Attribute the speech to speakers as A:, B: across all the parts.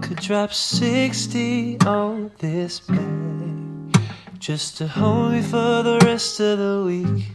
A: could drop 60 on this bed just to hold me for the rest of the week.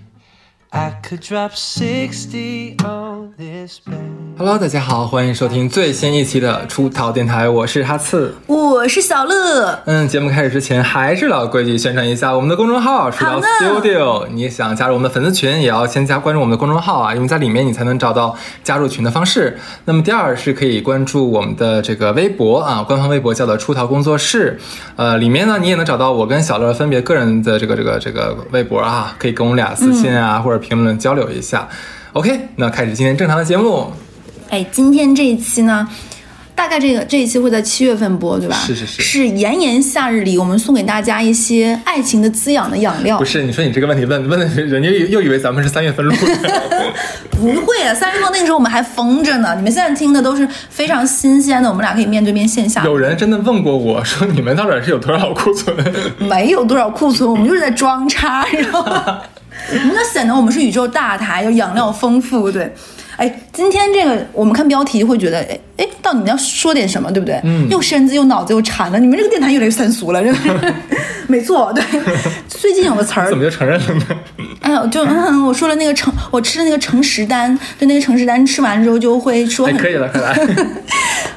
A: I could drop 60 on this bed.
B: Hello，大家好，欢迎收听最新一期的出逃电台，我是哈次。
C: 我是小乐，
B: 嗯，节目开始之前，还是老规矩，宣传一下我们的公众号“出逃
C: 好呢
B: Studio”。你想加入我们的粉丝群，也要先加关注我们的公众号啊，因为在里面你才能找到加入群的方式。那么第二是可以关注我们的这个微博啊，官方微博叫做“出逃工作室”。呃，里面呢你也能找到我跟小乐分别个人的这个这个这个微博啊，可以跟我们俩私信啊、
C: 嗯
B: 或者评论交流一下。OK，那开始今天正常的节目。
C: 哎，今天这一期呢，大概这个这一期会在七月份播，对吧？
B: 是是是
C: 是炎炎夏日里，我们送给大家一些爱情的滋养的养料。
B: 不是，你说你这个问题问问的人家又又以为咱们是三月份录 的。
C: 不会啊，三十多那个时候我们还疯着呢，你们现在听的都是非常新鲜的，我们俩可以面对面线下。
B: 有人真的问过我说，你们到底是有多少库存？
C: 没有多少库存，我们就是在装叉，你知道吗？我们要显得我们是宇宙大台，要养料丰富，对。哎，今天这个我们看标题会觉得，哎哎，到底要说点什么，对不对？嗯，又身子又脑子又馋的，你们这个电台越来越三俗了，真的是。没错，对。最近有个词儿
B: 怎，么就承认了呢？
C: 哎呦，就嗯，我说了那个诚，我吃了那个诚实丹，就那个诚实丹吃完之后就会说
B: 哎，
C: 很
B: 可以了，快来！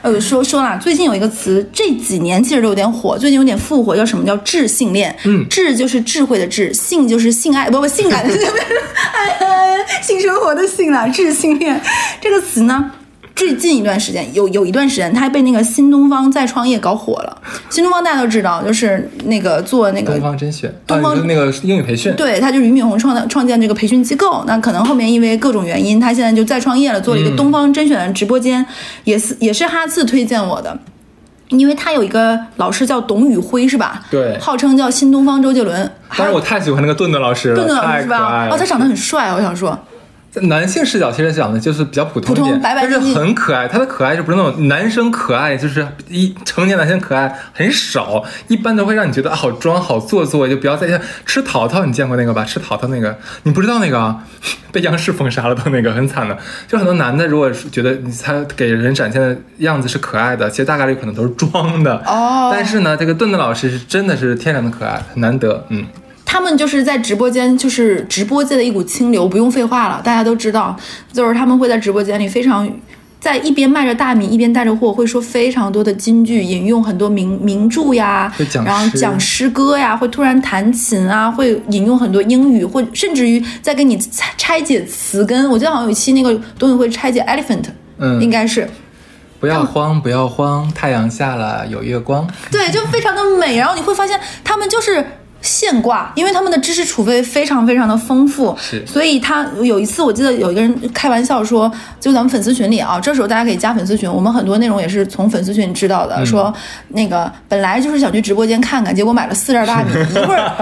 C: 呃，说说啦，最近有一个词，这几年其实都有点火，最近有点复活，叫什么叫智性恋？嗯，智就是智慧的智，性就是性爱，不不，性感的哎，性生活的性啦，智性恋这个词呢。最近一段时间，有有一段时间，它还被那个新东方再创业搞火了。新东方大家都知道，就是那个做那个
B: 东方甄选，啊，
C: 东
B: 你
C: 方
B: 说那个英语培训，
C: 对，他就是俞敏洪创的创建这个培训机构。那可能后面因为各种原因，他现在就再创业了，做了一个东方甄选直播间，也
B: 嗯
C: 是也是哈次推荐我的。因为他有一个老师叫董宇辉，是吧？
B: 对
C: 号称叫新东方周杰伦，还
B: 当然我
C: 有
B: 太喜欢那个顿顿老师了，
C: 顿顿老师
B: 太
C: 是
B: 可爱
C: 吧？哦，
B: 了
C: 他。长得很帅，我想说，
B: 男性视角其实讲的就是比较普通一
C: 普
B: 点，
C: 通白白
B: 但是
C: 净净
B: 很可爱。他的可爱就不是那种男生可爱，就是一成年男性可爱很少，一般都会让你觉得啊好装好做作，就不要再像吃淘淘，你见过那个吧？吃淘淘那个，你不知道那个 啊被央视封杀了都那个很惨的。就很多男的如果是觉得你他给人展现的样子是可爱的，其实大概率可能都是装的。
C: 哦
B: 但是呢，这个顿顿老师是真的是天然的可爱，很难得。嗯，
C: 他们就是在直播间，就是直播界的一股清流，不用废话了，大家都知道，就是他们会在直播间里非常。在一边卖着大米，一边带着货，会说非常多的金句，引用很多名名著呀啊
B: 会讲，
C: 然后
B: 诗
C: 讲诗歌呀，会突然弹琴啊，会引用很多英语，或甚至于在跟你拆拆解词根。我记得好像有一期那个董宇辉拆解 elephant，
B: 嗯
C: 应该是
B: 不要慌，不要慌，太阳下了有月光。
C: 对，就非常的美。然后你会发现，他们就是现挂，因为他们的知识储备非常非常的丰富。
B: 是
C: 所以他有一次，我记得有一个人开玩笑说，就咱们粉丝群里啊，这时候大家可以加粉丝群，我们很多内容也是从粉丝群知道的。说那个本来就是想去直播间看看，结果买了四袋大米，一会儿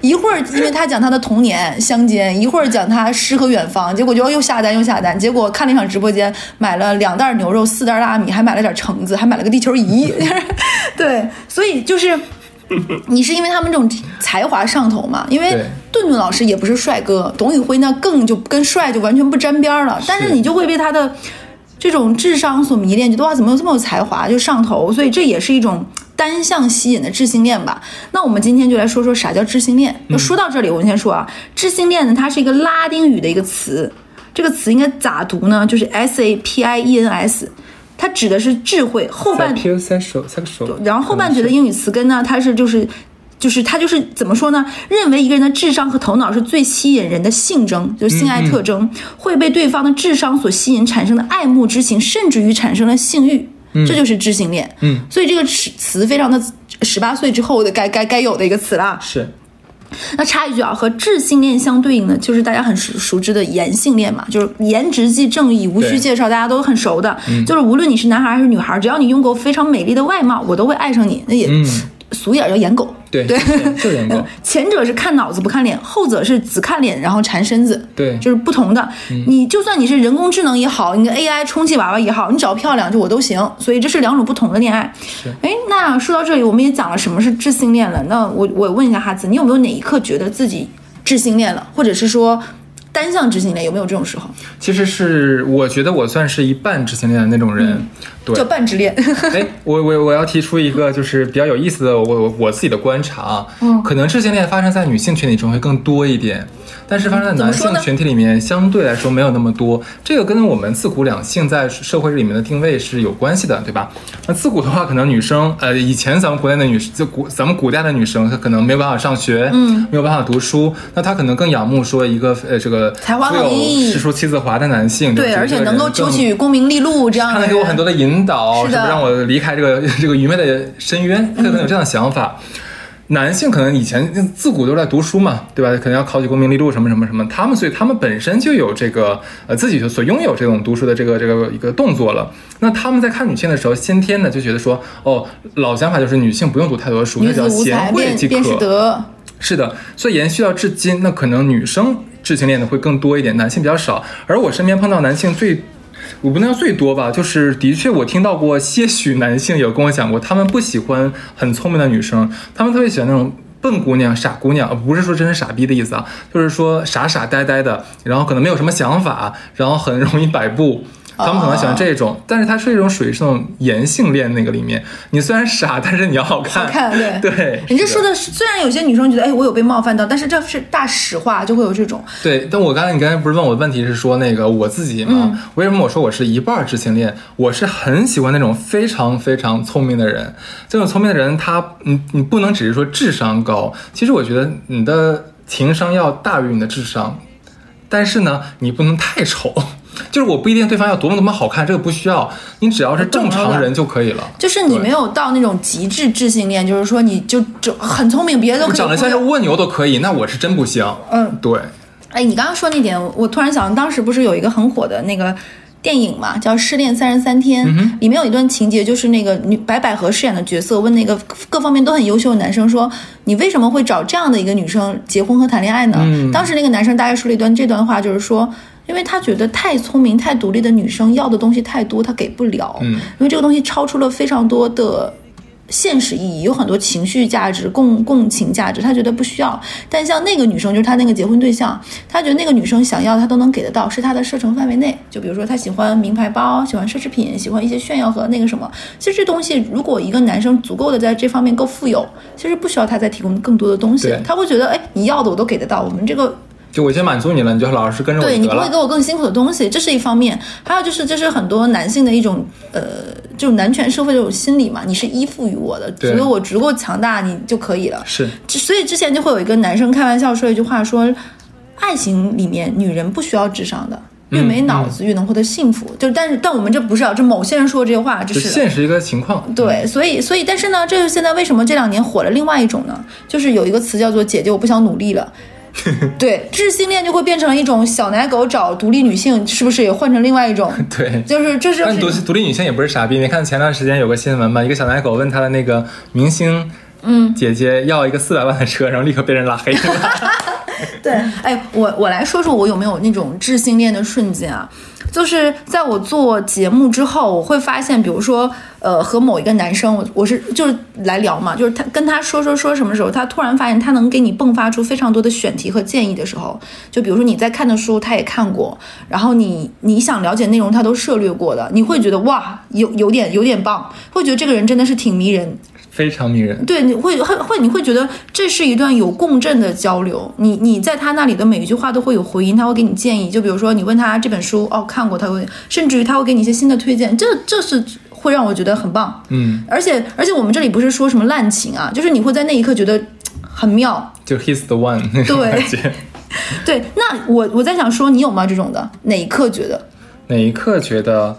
C: 一会儿，因为他讲他的童年乡间，一会儿讲他诗和远方，结果就又下单又下单，结果看了一场直播间，买了两袋牛肉，四袋大米，还买了点橙子，还买了个地球仪。 对，所以就是。你是因为他们这种才华上头嘛？因为
B: 对
C: 顿顿老师也不是帅哥，董宇辉那更就跟帅就完全不沾边儿了。但是你就会被他的这种智商所迷恋，觉得哇，怎么有这么有才华，就上头。所以这也是一种单向吸引的智性恋吧。那我们今天就来说说啥叫智性恋。那说到这里，我先说啊，智性恋呢，它是一个拉丁语的一个词，这个词应该咋读呢？就是 S A P I E N S，它指的是智慧后半
B: pure sexual sexual，
C: 然后后半截的英语词根呢，它是就是。就是它就是怎么说呢？认为一个人的智商和头脑是最吸引人的性征，就是性爱特征，会被对方的智商所吸引，产生的爱慕之情，甚至于产生了性欲，这就是知性恋。
B: 嗯，
C: 所以这个词词非常的十八岁之后的该该该有的一个词啦。
B: 是
C: 那插一句啊，和智性恋相对应的就是大家很熟熟知的颜性恋嘛，就是颜值即正义，无需
B: 对嗯
C: 介绍，大家都很熟的。就是无论你是男孩还是女孩，只要你拥有非常美丽的外貌，我都会爱上你。那也、俗一点叫颜狗。
B: 嗯对
C: 对，
B: 就是颜 狗
C: 前者是看脑子不看脸，后者是只看脸然后馋身子。
B: 对嗯
C: 就是不同的。你就算你是人工智能也好，你的 AI 充气娃娃也好，你只要漂亮就我都行。所以这是两种不同的恋爱。哎，那说到这里，我们也讲了什么是智性恋了。那我我问一下哈子，你有没有哪一刻觉得自己智性恋了，或者是说单向智性恋，有没有这种时候？嗯
B: 其实是我觉得我算是一半知性恋的那种人，对
C: 叫半直恋。
B: 哎，我我我要提出一个就是比较有意思的，我我我自己的观察啊，嗯，可能异性恋发生在女性群体中会更多一点，但是发生在男性群体里面相对来说没有那么多。这个跟我们自古两性在社会里面的定位是有关系的，对吧？那自古的话，可能女生呃，以前咱们国内的女就古咱们古代的女生，她可能没有办法上学，嗯，没有办法读书，那她可能更仰慕说一个呃这个
C: 才华
B: 富有
C: 横溢
B: 诗书气自华的男性，
C: 对，
B: 吧
C: 而且
B: 这个
C: 能
B: 人
C: 够
B: 更
C: 求取功名利禄这样
B: 他
C: 的
B: 能
C: 人，
B: 给我很多的引导，
C: 是
B: 是
C: 的
B: 不是让我离开这个 这个愚昧的深渊？他可能有这样的想法。男性可能以前自古都在读书嘛，对吧？可能要考取功名利禄什么什么什么，他们所以他们本身就有这个呃自己就所拥有这种读书的这个这个一个动作了。那他们在看女性的时候，先天呢就觉得说，哦，老想法就是女性不用读太多书，
C: 女
B: 她只
C: 子
B: 要
C: 无
B: 贤
C: 才
B: 惠
C: 便
B: 即可。
C: 便是德，
B: 是的，所以延续到至今，那可能女生至性恋的会更多一点，男性比较少。而我身边碰到男性最，我不能叫最多吧，就是的确我听到过些许男性有跟我讲过，他们不喜欢很聪明的女生，他们特别喜欢那种。笨姑娘、傻姑娘，呃不是说真是傻逼的意思啊，就是说傻傻呆呆的，然后可能没有什么想法，然后很容易摆布。他们可能喜欢
C: 哦
B: 这种，但是它是一种属于这种颜性恋那个里面，你虽然傻，但是你要好看。
C: 好看对
B: 对，
C: 人家
B: 是
C: 说的是，虽然有些女生觉得哎我有被冒犯到，但是这是大实话，就会有这种
B: 对，但我刚才你刚才不是问我问题是说那个我自己吗？
C: 嗯
B: 为什么我说我是一半儿知性恋？我是很喜欢那种非常非常聪明的人。这种聪明的人他，你你不能只是说智商高，其实我觉得你的情商要大于你的智商，但是呢，你不能太丑。 就是我不一定对方要多么多么好看，这个不需要，你只要是正常人就可以了。
C: 就是你
B: 对
C: 没有到那种极致智性恋，就是说你就就很聪明，别的都
B: 我
C: 可以
B: 长得像
C: 忽
B: 是
C: 略
B: 蜗牛都可以，那我是真不行。
C: 嗯，
B: 对，
C: 哎，你刚刚说那点，我突然想，当时不是有一个很火的那个。电影嘛，叫《失恋三十三天》，
B: 嗯
C: 里面有一段情节，就是那个女白百合饰演的角色问那个各方面都很优秀的男生说：“你为什么会找这样的一个女生结婚和谈恋爱呢？”
B: 嗯
C: 当时那个男生大概说了一段这段话，就是说，因为他觉得太聪明、太独立的女生要的东西太多，他给不了，
B: 嗯
C: 因为这个东西超出了非常多的现实意义，有很多情绪价值、共共情价值，他觉得不需要。但像那个女生，就是他那个结婚对象，他觉得那个女生想要，他都能给得到，是他的射程范围内。就比如说，他喜欢名牌包，喜欢奢侈品，喜欢一些炫耀和那个什么。其实这东西，如果一个男生足够的在这方面够富有，其实不需要他再提供更多的东西
B: 对，
C: 他会觉得，哎，你要的我都给得到，我们这个
B: 就我先满足你了，你就老实跟着我
C: 对
B: 就
C: 你
B: 得
C: 不会给
B: 了。
C: 我更辛苦的东西，这是一方面。还有就是，这是很多男性的一种呃，就是男权社会这种心理嘛，你是依附于我的，
B: 对
C: 所以我足够强大，你就可以了。
B: 是，
C: 之所以之前就会有一个男生开玩笑说一句话说，爱情里面女人不需要智商的。越
B: 嗯
C: 没脑子越能获得幸福，就但是但我们这不是啊，这某些人说这些话，这
B: 就是现实一个情况。
C: 对，所以所以，但是呢，这就是现在为什么这两年火了另外一种呢？就是有一个词叫做“姐姐，我不想努 力了”。对，智性恋就会变成一种小奶狗找独立女性，是不是也换成另外一种？
B: 对，
C: 就是这
B: 但独
C: 是
B: 独立女性也不是傻逼，你看前段时间有个新闻嘛，一个小奶狗问她的那个明星，嗯，姐姐要一个四百万的车，然后立刻被人拉黑了。
C: 对。哎，我我来说说我有没有那种智性恋的瞬间啊？就是在我做节目之后，我会发现，比如说，呃，和某一个男生，我我是就是来聊嘛，就是他跟他说说说什么时候，他突然发现他能给你迸发出非常多的选题和建议的时候，就比如说你在看的书他也看过，然后你你想了解内容他都涉略过的，你会觉得哇，有有点有点棒，会觉得这个人真的是挺迷人，
B: 非常迷人。
C: 对，你会会会，你会觉得这是一段有共振的交流。你你在他那里的每一句话都会有回音，他会给你建议。就比如说，你问他这本书，哦，看过，他会，甚至于他会给你一些新的推荐。这这是会让我觉得很棒。
B: 嗯，
C: 而且而且我们这里不是说什么滥情啊，就是你会在那一刻觉得嘖很妙。
B: 就 he's the one 那种感觉。
C: 对，那我我在想说，你有吗？这种的哪一刻觉得，
B: 哪一刻觉得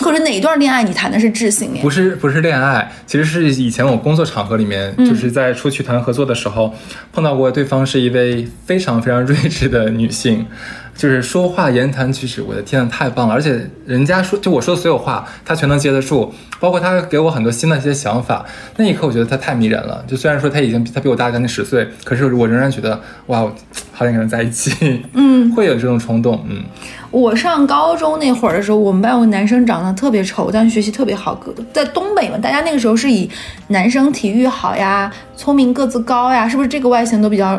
C: 或者哪一段恋爱你谈的是智性恋
B: 不？是不是恋爱，其实是以前我工作场合里面，就是在出去谈合作的时候，碰到过对方是一位非常非常睿智的女性， 就是说话言谈举止，我的天呐，太棒了！而且人家说就我说的所有话，她全能接得住，包括她给我很多新的一些想法。那一刻，我觉得她太迷人了。就虽然说她已经她比我大将近十岁，可是我仍然觉得哇，我好想跟她在一起。嗯， 会有这种冲动。嗯，
C: 我上高中那会儿的时候，我们班有个男生长得特别丑，但学习特别好。个在东北嘛，大家那个时候是以男生体育好呀、聪明、个子高啊呀，是不是这个外形都比较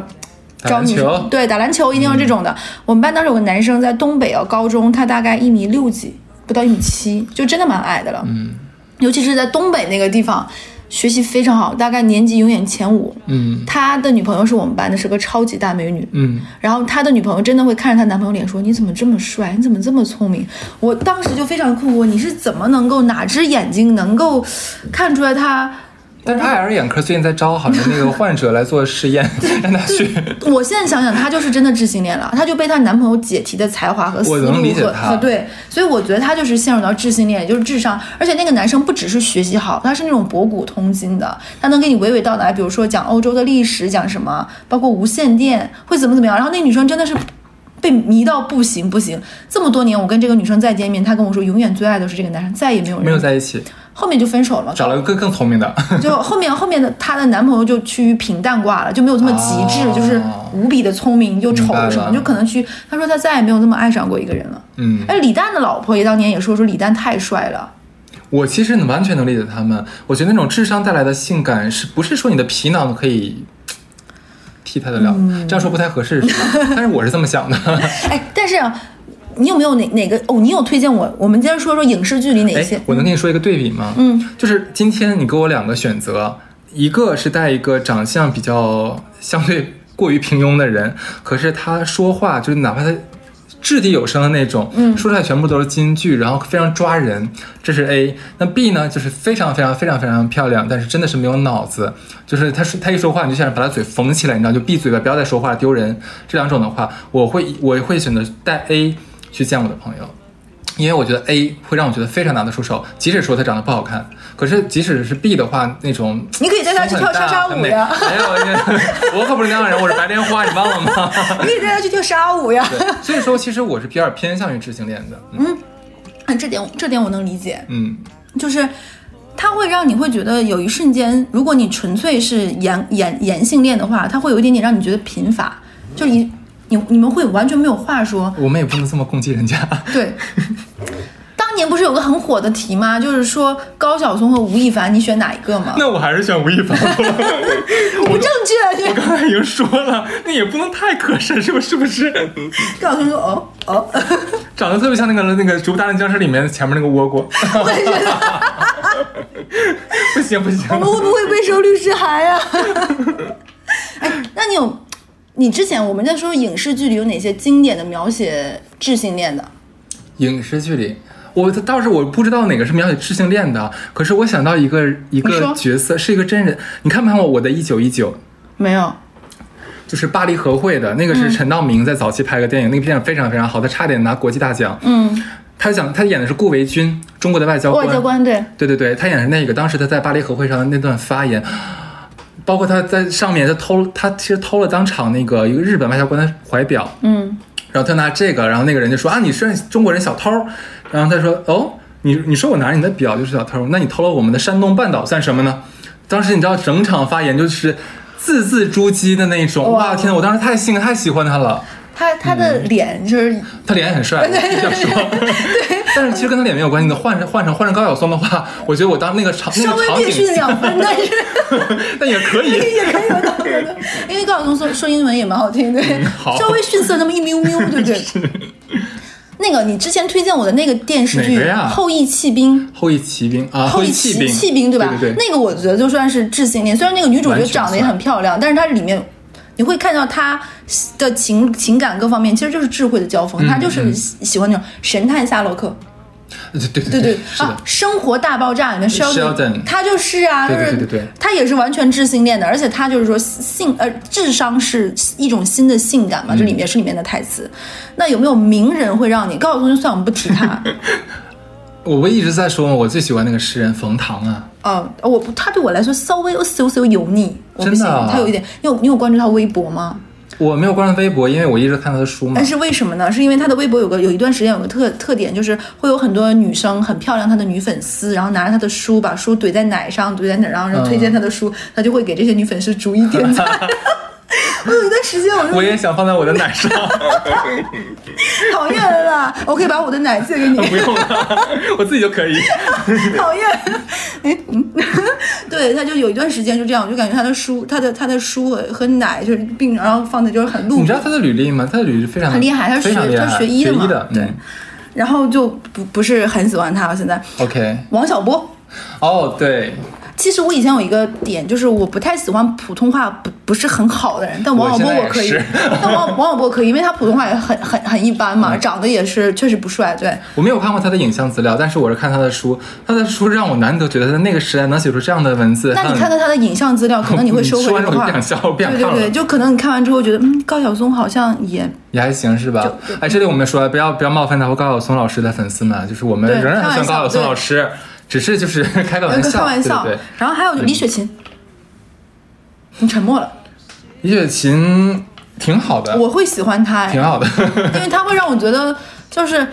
B: 打
C: 招
B: 篮
C: 女
B: 球
C: 生？对，打篮球一定要这种的。我们班当时有个男生在东北啊，高中他大概一米六几，不到一米七，就真的蛮矮的了。
B: 嗯
C: 尤其是在东北那个地方，学习非常好，大概年级永远前五。
B: 嗯
C: 他的女朋友是我们班的，是个超级大美女。
B: 嗯，
C: 然后他的女朋友真的会看着她男朋友脸说：“你怎么这么帅？你怎么这么聪明？”我当时就非常困惑，你是怎么能够哪只眼睛能够看出来他？
B: 但是爱尔眼科最近在招好像那个患者来做试验，让他去。
C: 我现在想想，她就是真的智性恋了，她就被她男朋友解题的才华和思
B: 我能理
C: 路
B: 解
C: 和
B: 她
C: 和对，所以我觉得她就是陷入到智性恋，也就是智商。而且那个男生不只是学习好，他是那种博古通今的，他能给你娓娓道来，比如说讲欧洲的历史，讲什么，包括无线电会怎么怎么样。然后那女生真的是。被迷到不行不行，这么多年我跟这个女生再见面，她跟我说永远最爱的是这个男生，再也没有人
B: 没有在一起，
C: 后面就分手了嘛，
B: 找了个更更聪明的。
C: 就后面后面的她的男朋友就趋于平淡挂了，就没有这么极致，
B: 哦
C: 就是无比的聪明又
B: 明
C: 丑
B: 白了
C: 什么，就可能去。她说她再也没有那么爱上过一个人了。
B: 嗯，
C: 哎，李诞的老婆也当年也说说李诞太帅了，
B: 我其实能完全能理解他们。我觉得那种智商带来的性感，是不是说你的皮囊可以替代得了？这样说不太合适，是吧？但是我是这么想的。
C: 哎，但是啊，你有没有哪哪个哦？你有推荐我？我们今天说说影视剧里哪
B: 哎
C: 些？，
B: 我能跟你说一个对比吗？
C: 嗯，
B: 就是今天你给我两个选择，一个是带一个长相比较相对过于平庸的人，可是他说话就是哪怕他。掷地有声的那种，嗯，说出来全部都是金句，然后非常抓人，这是 A。那 B 呢，就是非常非常非常非常漂亮，但是真的是没有脑子，就是他说他一说话，你就想把他嘴缝起来，你知道，就闭嘴吧，不要再说话了，丢人。这两种的话，我会我会选择带 A 去见我的朋友，因为我觉得 A 会让我觉得非常拿得出手，即使说他长得不好看，可是即使是 B 的话，那 种
C: 你可以带他去跳莎莎舞呀
B: 胸很大很美 没有，我可不是那样的人，我是白莲花，你忘了吗？
C: 你可以带她去跳莎舞呀。
B: 对，所以说其实我是比较偏向于智性恋的，嗯
C: 啊， 这点我这点我能理解，
B: 嗯
C: 就是。它会让你会觉得有一瞬间，如果你纯粹是颜颜颜性恋的话，它会有一点点让你觉得贫乏，就你你你们会完全没有话说，
B: 我们也不能这么攻击人 家，
C: 对，当年不是有个很火的题吗？就是说高晓松和吴亦凡，你选哪一个吗？
B: 那我还是选吴亦凡。
C: 不正确。啊
B: 我刚才已经说了，那也不能太可神，是不是？不是，
C: 高晓松说：“哦哦，
B: 长得特别像那个那个《植物大战僵尸》里面前面那个倭瓜，
C: 我也觉得
B: 不行不行
C: 我，们会不会被收律师函呀、 哎，那你有你之前我们在说影视剧里有哪些经典的描写智性恋的？
B: 影视剧里。我倒是我不知道哪个是描写智性恋的，可是我想到一个一
C: 你
B: 个
C: 说
B: 角色是一个真人，你看没看过《我的一九一九》？
C: 没有。
B: 就是巴黎和会的那
C: 嗯
B: 个是陈道明在早期拍个电影，那个电影非常非常好，他差点拿国际大奖。
C: 嗯，
B: 他讲他演的是顾维钧，中国的外交
C: 外交官对，
B: 对对对，他演的是那个，当时他在巴黎和会上的那段发言，包括他在上面他偷他其实偷了当场那个一个日本外交官的怀表，
C: 嗯，
B: 然后他拿这个，然后那个人就说啊，你是中国人小偷，然后他说哦，你你说我拿着你的表就是小偷，那你偷了我们的山东半岛算什么呢？当时你知道整场发言就是字字珠玑的那种，
C: 哇
B: 哇天呐，我当时太性太喜欢他了，
C: 他他的
B: 嗯
C: 脸就是、
B: 他脸很 帅，必须要说。但是其实跟他脸没有关系的，换成换成换成高晓松的话，我觉得我当那个场那
C: 稍
B: 个
C: 微
B: 场
C: 略逊
B: 景，
C: 两分，但是
B: 但也可以。
C: 也可以有道理的，因为高晓松说说英文也蛮好听的，
B: 嗯好
C: 稍微逊色那么一喵喵，对 不对？那个你之前推荐我的那个电视剧
B: 哪个
C: 《
B: 呀
C: 后羿弃兵》。
B: 后羿骑兵啊，
C: 后
B: 羿
C: 羿
B: 骑
C: 骑
B: 兵，
C: 弃兵对吧？
B: 对对，
C: 那个我觉得就算是智性恋，虽然那个女主
B: 完
C: 角
B: 全
C: 长得也
B: 算
C: 很漂亮，但是她里面你会看到她的情情感各方面，其实就是智慧的交
B: 嗯
C: 锋，她就是喜喜欢那种神探夏洛克，
B: 那对对
C: 对对
B: 是
C: 啊
B: 的，，
C: 《生活大爆炸》里面
B: Sheldon
C: 他就是啊，就
B: 对对
C: 是
B: 对对对
C: 他也是完全智性恋的，而且他就是说性呃智商是一种新的性感
B: 嗯
C: 嘛，这里面是里面的台词。那有没有名人会让你高晓松？就算我们不提他，
B: 我不一直在说吗？我最喜欢那个诗人冯唐啊，
C: 哦，我不他对我来说稍微有嗖嗖油腻，我不
B: 真
C: 行，
B: 的啊
C: 他有一点，你有你有关注他微博吗？
B: 我没有关注微博，因为我一直看他的书嘛
C: 呃但。是为什么呢？是因为他的微博有个有一段时间有个特特点，就是会有很多女生很漂亮，她的女粉丝，然后拿着她的书，把书怼在奶上，怼在哪儿，然后然后推荐她的书，她就会给这些女粉丝逐一点 赞。我有一段时间我
B: 我
C: 就
B: 也想放在我的奶上，
C: 讨厌了啦，我可以把我的奶借给你，
B: 不用了， 我自己就可以。
C: 讨厌。哎，嗯， 对，他就有一段时间就这样，我就感觉他的书，他的他的书和奶就是并，然后放的就是很露
B: 你
C: 骨
B: 知道他的履历吗？他的履历非常
C: 很厉害他是学
B: 非常厉害，
C: 他是
B: 学
C: 学医的嘛
B: 的，
C: 对
B: 嗯
C: 然后就不不是很喜欢他了。现在
B: ，OK，
C: 王小波，
B: 哦，对，
C: 其实我以前有一个点，就是我不太喜欢普通话不不是很好的人，但王小波我可
B: 我
C: 以
B: 现在也，
C: 但王王小波可以，因为他普通话也很很很一般嘛，长得也是确实不帅，对。
B: 我没有看过他的影像资料，但是我是看他的书，他的书让我难得觉得在那个时代能写出这样的文字。
C: 那你
B: 很
C: 看到他的影像资料，可能你会收回
B: 说完
C: 这
B: 之
C: 个
B: 后我
C: 话
B: 不。想笑，我不想
C: 对
B: 看
C: 对
B: 了。
C: 对，就可嗯能你看完之后觉得，嗯，高晓松好像也
B: 也还行是吧？哎，这里我们说不要不要冒犯到高晓松老师的粉丝们，就是我们
C: 对
B: 仍然很喜欢
C: 开玩笑
B: 高晓松老师，只是就是开个玩笑，
C: 开玩笑
B: 对对。
C: 然后还有就李雪琴，你沉默了，
B: 对。李雪琴挺好的，
C: 我会喜欢她，
B: 挺好的，
C: 因为她会让我觉得就是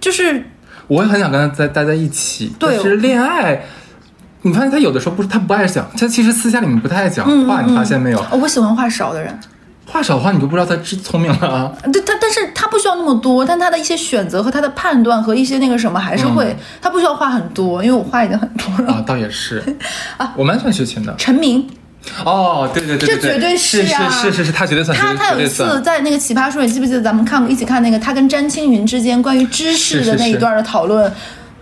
C: 就是
B: 我很想跟他在待在一起。
C: 对
B: 但是恋爱，你发现他有的时候不是他不爱讲，他其实私下里面不太爱讲
C: 嗯
B: 话，你发现没有？
C: 哦我喜欢话少的人。
B: 话少的话，你就不知道他知聪明了 啊。
C: 对他，但是他不需要那么多，但他的一些选择和他的判断和一些那个什么，还是
B: 嗯
C: 会、他不需要话很多，因为我话已经很多了。
B: 啊，倒也 是，我蛮喜欢学琴的。
C: 陈明，
B: 哦，对对对对，
C: 啊这绝对
B: 是
C: 是啊
B: 是是是是，他绝对算，
C: 他
B: 绝对
C: 他有
B: 绝对
C: 一
B: 算
C: 次在那个《奇葩说》，你记不记得咱们看过一起看那个他跟詹青云之间关于知识
B: 是是
C: 的那一
B: 是
C: 段的讨论？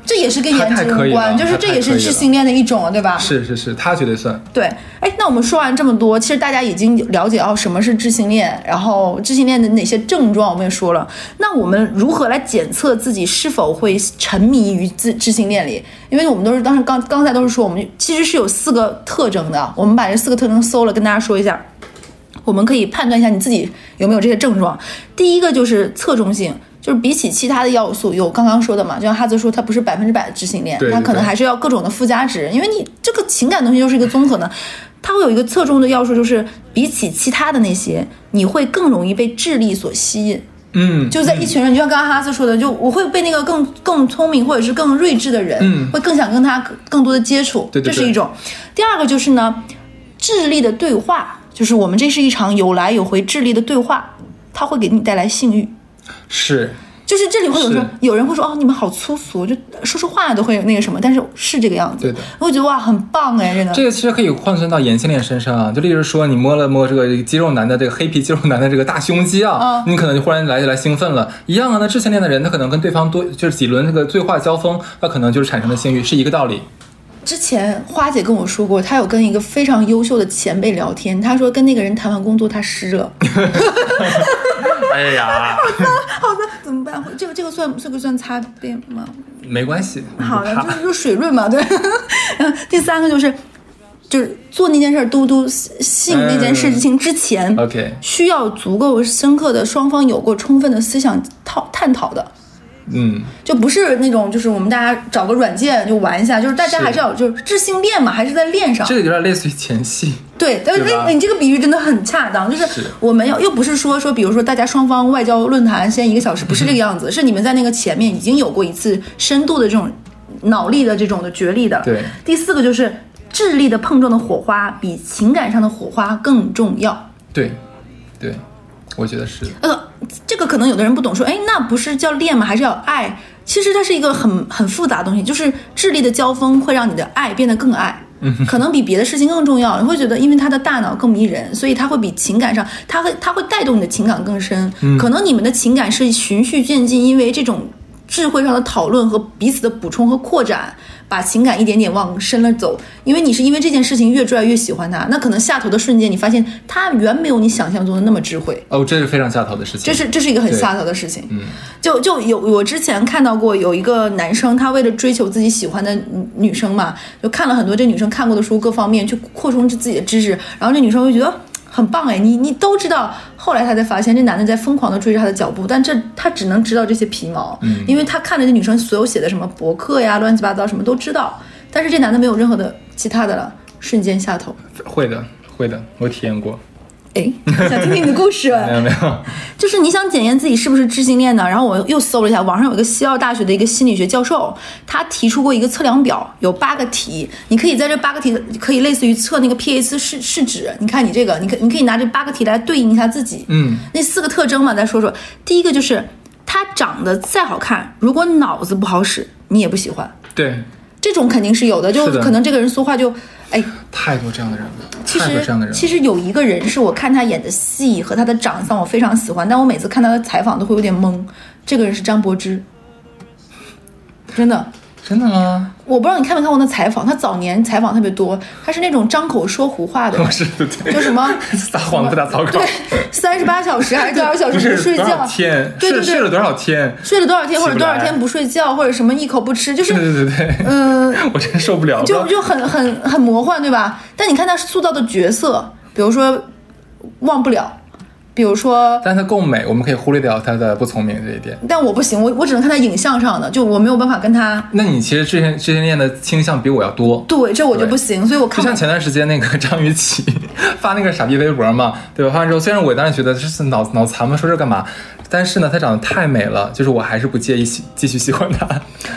C: 这也是跟颜值
B: 他太可以
C: 无
B: 了
C: 关，就是
B: 他
C: 这
B: 太
C: 也
B: 可
C: 是
B: 以
C: 是
B: 了
C: 性恋的一种，对吧？
B: 是是是，他绝对算。
C: 对，哎，那我们说完这么多，其实大家已经了解到什么是智性恋，然后智性恋的哪些症状我们也说了。那我们如何来检测自己是否会沉迷于自智性恋里？因为我们都是当时刚刚才都是说，我们其实是有四个特征的，我们把这四个特征搜了，跟大家说一下。我们可以判断一下你自己有没有这些症状。第一个就是侧重性，就是比起其他的要素，有刚刚说的嘛，就像哈兹说，它不是百分之百的知性恋
B: 对，对
C: 它可能
B: 对
C: 还是要各种的附加值，因为你这个情感东西就是一个综合的，它会有一个侧重的要素，就是比起其他的那些，你会更容易被智力所吸引。
B: 嗯，
C: 就在一群人，就像刚刚哈斯说的，就我会被那个更更聪明或者是更睿智的人，
B: 嗯
C: 会更想跟他更多的接触，
B: 对对
C: 这是
B: 对
C: 一种。第二个就是呢，智力的对话，就是我们这是一场有来有回智力的对话，它会给你带来性欲。
B: 是
C: 就是这里会有说
B: 是，
C: 有人会说哦，你们好粗俗，就说说话都会有那个什么，但是是这个样子。
B: 对的
C: 我会觉得哇，很棒哎，真的。
B: 这个其实可以换算到颜性恋身上啊，就例如说你摸了摸这个肌肉男的这个黑皮肌肉男的这个大胸肌啊，
C: 嗯
B: 你可能就忽然来就来兴奋了，一样啊。那之前恋的人，他可能跟对方多就是几轮这个对话交锋，他可能就是产生了性欲，是一个道理。
C: 之前花姐跟我说过，她有跟一个非常优秀的前辈聊天，她说跟那个人谈完工作，她湿了。
B: 哎呀，
C: 好的，怎么办？这个这个算这个算擦边吗？
B: 没关系，
C: 好的，
B: 不
C: 就
B: 怕
C: 是就水润嘛， 对。然后第三个就是，就是做那件事儿，嘟嘟性那件事情之前，
B: 嗯 OK，
C: 需要足够深刻的双方有过充分的思想讨探讨的。
B: 嗯，
C: 就不是那种，就是我们大家找个软件就玩一下，就是大家
B: 是
C: 还是要就是智性恋嘛，还是在恋上。
B: 这个有点类似于前戏，
C: 对，但是
B: 对吧
C: 哎，你这个比喻真的很恰当，就是
B: 是
C: 我们要又不是说说，比如说大家双方外交论坛先一个小时，不
B: 嗯
C: 是这个样子，是你们在那个前面已经有过一次深度的这种脑力的这种的角力的。
B: 对
C: 第四个就是智力的碰撞的火花比情感上的火花更重要。
B: 对，对，我觉得是。
C: 呃，这个可能有的人不懂说，哎，那不是叫恋吗？还是要爱？其实它是一个很很复杂的东西，就是智力的交锋会让你的爱变得更爱，可能比别的事情更重要。你会觉得，因为他的大脑更迷人，所以他会比情感上，他会他会带动你的情感更深。可能你们的情感是循序渐进，因为这种智慧上的讨论和彼此的补充和扩展，把情感一点点往深了走。因为你是因为这件事情越拽越喜欢他，那可能下头的瞬间，你发现他远没有你想象中的那么智慧。
B: 哦，这是非常下头的事情。
C: 这是这是一个很
B: 对
C: 下头的事情。就就有我之前看到过有一个男生，他为了追求自己喜欢的女女生嘛，就看了很多这女生看过的书，各方面去扩充自己的知识，然后这女生就觉得。很棒哎，你你都知道，后来他才发现这男的在疯狂的追着她的脚步，但这他只能知道这些皮毛，因为他看了这女生所有写的什么博客呀、乱七八糟什么都知道，但是这男的没有任何的其他的了，瞬间下头。
B: 会的，会的，我体验过。
C: 哎，想听听你的故事。
B: 没有没有，
C: 就是你想检验自己是不是知性恋呢？然后我又搜了一下，网上有一个西澳大学的一个心理学教授，他提出过一个测量表，有八个题，你可以在这八个题可以类似于测那个 PAS 试试纸。你看你这个，你可你可以拿这八个题来对应一下自己。
B: 嗯，
C: 那四个特征嘛，再说说。第一个就是他长得再好看，如果脑子不好使，你也不喜欢。
B: 对，
C: 这种肯定是有的，就是
B: 的
C: 可能这个人说话就，哎，
B: 太多这样的人了，
C: 其
B: 太多
C: 实
B: 这样的人了。
C: 其实有一个人是我看他演的戏和他的长相我非常喜欢，但我每次看他的采访都会有点懵。这个人是张柏芝，真的。
B: 真的吗？
C: 我不知道你看没看过那采访，他早年采访特别多，他是那种张口说胡 话的，
B: 不是对对，
C: 就什么
B: 撒谎不打草稿
C: 对，三十八小时还是多少小
B: 不是
C: 时不睡
B: 多少
C: 觉，
B: 天，
C: 对对
B: 睡睡了多
C: 对，
B: 少天？
C: 睡了多少天
B: 起不
C: 或者多少
B: 来
C: 天不睡觉或者什么一口不吃，就
B: 对
C: 是
B: 对对对，
C: 嗯、
B: 我真受不了了。
C: 就就很很很魔幻，对吧？但你看他塑造的角色，比如说忘不了，比如说。
B: 但她够美，我们可以忽略掉她的不聪明这一点。
C: 但我不行，我我只能看他影像上的，就我没有办法跟他
B: 那你其实之前之前练的倾向比我要多。
C: 对，这我就不行，所以我
B: 就
C: 看不
B: 像前段时间那个张雨绮发那个傻逼微博嘛，对吧？发完之后，虽然我当时觉得这是脑脑残嘛，说这干嘛？但是呢，她长得太美了，就是我还是不介意喜继续喜欢她。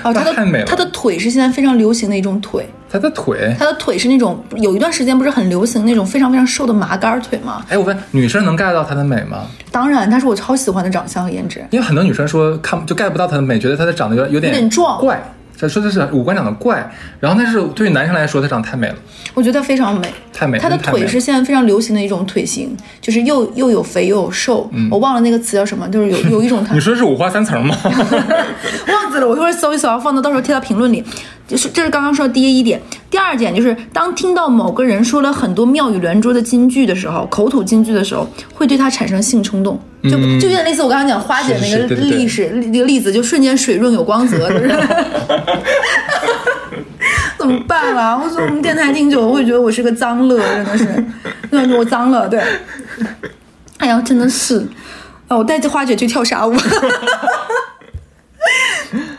C: 哦，他的
B: 太美了，
C: 他的腿是现在非常流行的一种腿，
B: 她的腿。
C: 他的腿是那种有一段时间不是很流行那种非常非常瘦的麻杆儿腿吗？
B: 哎，我问女生能 get 到她的美吗？
C: 当然，他是我超喜欢的长相和颜值。
B: 因为很多女生说看就 get 不到她的美，觉得她的长得有有点
C: 有点壮
B: 怪，她说的是五官长得怪。然后，但是对于男生来说，她长得太美了，
C: 我觉得非常美，
B: 太美
C: 她的
B: 真的太美
C: 腿是现在非常流行的一种腿型，就是又又有肥又有瘦。
B: 嗯
C: 我忘了那个词叫什么，就是有有一种 它
B: 你说是五花三层吗？
C: 忘记了，我一会儿搜一搜，放到到时候贴到评论里。就是这是刚刚说的第一点，第二点就是当听到某个人说了很多妙语连珠的金句的时候，口吐金句的时候，会对他产生性冲动，就就有点类似我刚刚讲花姐
B: 是
C: 那
B: 嗯是
C: 个
B: 对对对
C: 历史那个例子，就瞬间水润有光泽，就是 怎么办啊？我说我们电台听久了，我也觉得我是个脏乐，真的是，那我脏了，对。哎呀，真的是，啊，我带着花姐去跳啥舞。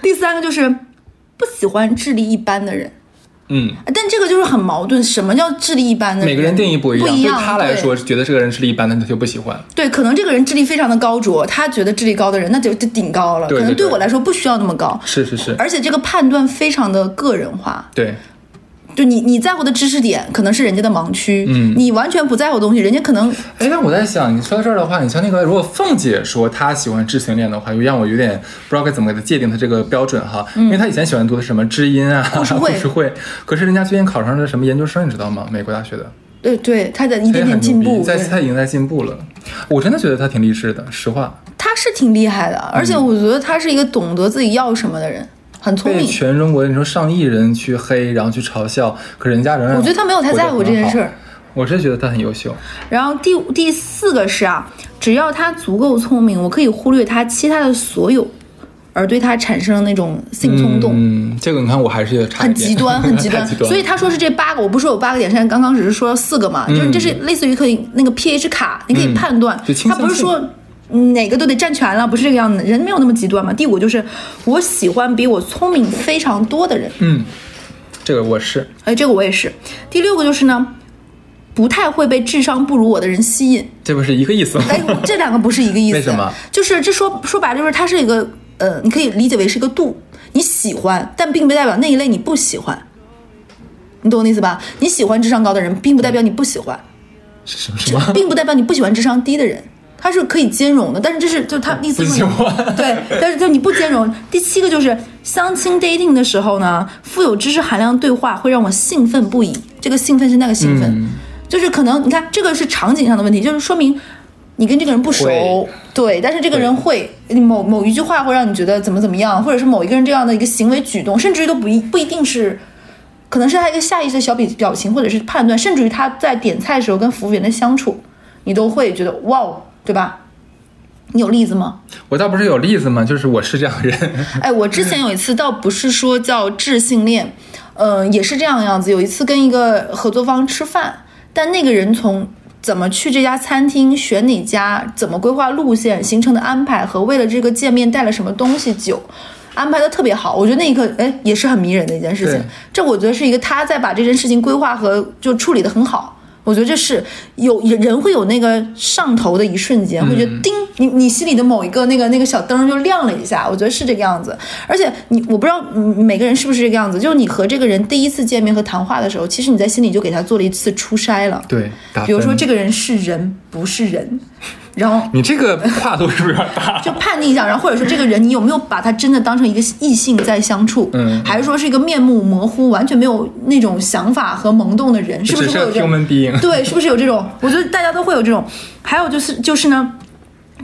C: 第三个就是不喜欢智力一般的人，
B: 嗯，
C: 但这个就是很矛盾。什么叫智力一般的
B: 每个人定义不
C: 不
B: 一样，
C: 一
B: 对
C: 样
B: 她来说，觉得这个人智力一般，但她就不喜欢。
C: 对，可能这个人智力非常的高卓，他觉得智力高的人那就就顶高了。
B: 对对
C: 可能
B: 对
C: 对我来说不需要那么高，
B: 是是是，
C: 而且这个判断非常的个人化。
B: 对，
C: 就你你在乎的知识点可能是人家的盲区，嗯，你完全不在乎的东西，人家可能
B: 哎，那我在想，你说到这儿的话，你像那个，如果凤姐说她喜欢知性恋的话，又让我有点不知道该怎么给她界定她这个标准哈，因为她以前喜欢读的什么知音啊、嗯 故
C: 事会
B: 可是人家最近考上了什么研究生，你知道吗？美国大学的，
C: 对对，他在一
B: 她也
C: 点点
B: 很
C: 进
B: 牛逼
C: 步，
B: 在
C: 对
B: 她已经在进步了。我真的觉得她挺励志的，实话，
C: 他是挺厉害的，
B: 嗯
C: 而且我觉得他是一个懂得自己要什么的人，很聪
B: 被
C: 明。
B: 全中国你说上亿人去黑，然后去嘲笑，可人家仍然
C: 我觉得她没有太在乎这件事
B: 活得
C: 儿
B: 很好。我是觉得她很优秀，
C: 然后第第四个是啊，只要他足够聪明，我可以忽略他其他的所有，而对他产生那种性冲动。
B: 嗯，这个你看我还是有差一
C: 很
B: 点
C: 极端，很极端
B: 太极，端
C: 所以他说是这八个，我不是有八个点，现在刚刚只是说了四个嘛，就是这是类似于可以那个 pH 卡，你可以
B: 嗯
C: 判断
B: 就，倾
C: 他
B: 向
C: 不是
B: 性
C: 说嗯哪个都得占全了，不是这个样子，人没有那么极端嘛。第五就是我喜欢比我聪明非常多的人，
B: 嗯，这个我是。
C: 哎，这个我也是。第六个就是呢，不太会被智商不如我的人吸引。
B: 这不是一个意思吗？
C: 哎，这两个不是一个意思。
B: 为什么？
C: 就是这说说白了，就是它是一个呃，你可以理解为是一个度，你喜欢，但并不代表那一类你不喜欢。你懂我的意思吧？你喜欢智商高的人，并不代表你不喜欢，
B: 什么什 么？
C: 并不代表你不喜欢智商低的人，它是可以兼容的。但是这是就他意思
B: 不
C: 是
B: 喜欢
C: 对，但是就你不兼容。第七个就是相亲 dating 的时候呢，富有知识含量对话会让我兴奋不已。这个兴奋是那个兴奋，
B: 嗯
C: 就是可能你看这个是场景上的问题，就是说明你跟这个人不熟
B: 会，
C: 对，但是这个人会某某一句话会让你觉得怎么怎么样，或者是某一个人这样的一个行为举动，甚至于都不一不一定是。可能是他一个下意识的小表表情，或者是判断，甚至于他在点菜的时候跟服务员的相处，你都会觉得哇哦，对吧？你有例子吗？
B: 我倒不是有例子嘛，就是我是这样的 人，
C: 哎，我之前有一次倒不是说叫智性恋，呃，也是这样的样子。有一次跟一个合作方吃饭，但那个人从怎么去这家餐厅、选哪家、怎么规划路线、行程的安排和为了这个见面带了什么东西、酒。安排的特别好，我觉得那一刻，哎，也是很迷人的一件事情
B: 对。
C: 这我觉得是一个他在把这件事情规划和就处理的很好，我觉得这是有人会有那个上头的一瞬间，会觉得
B: 嗯
C: 叮，你你心里的某一个那个那个小灯就亮了一下，我觉得是这个样子。而且你我不知道嗯每个人是不是这个样子，就是你和这个人第一次见面和谈话的时候，其实你在心里就给他做了一次初筛了。
B: 对，打
C: 比如说
B: 分
C: 这个人是人不是人，然后
B: 你这个跨度是不是有点大？
C: 就判定一下，然后或者说这个人你有没有把他真的当成一个异性在相处，
B: 嗯
C: 还是说是一个面目模糊、完全没有那种想法和萌动的人，是不
B: 只
C: 是会有
B: 是
C: 这种？
B: human being，
C: 对，是不是有这种？我觉得大家都会有这种。还有就是就是呢，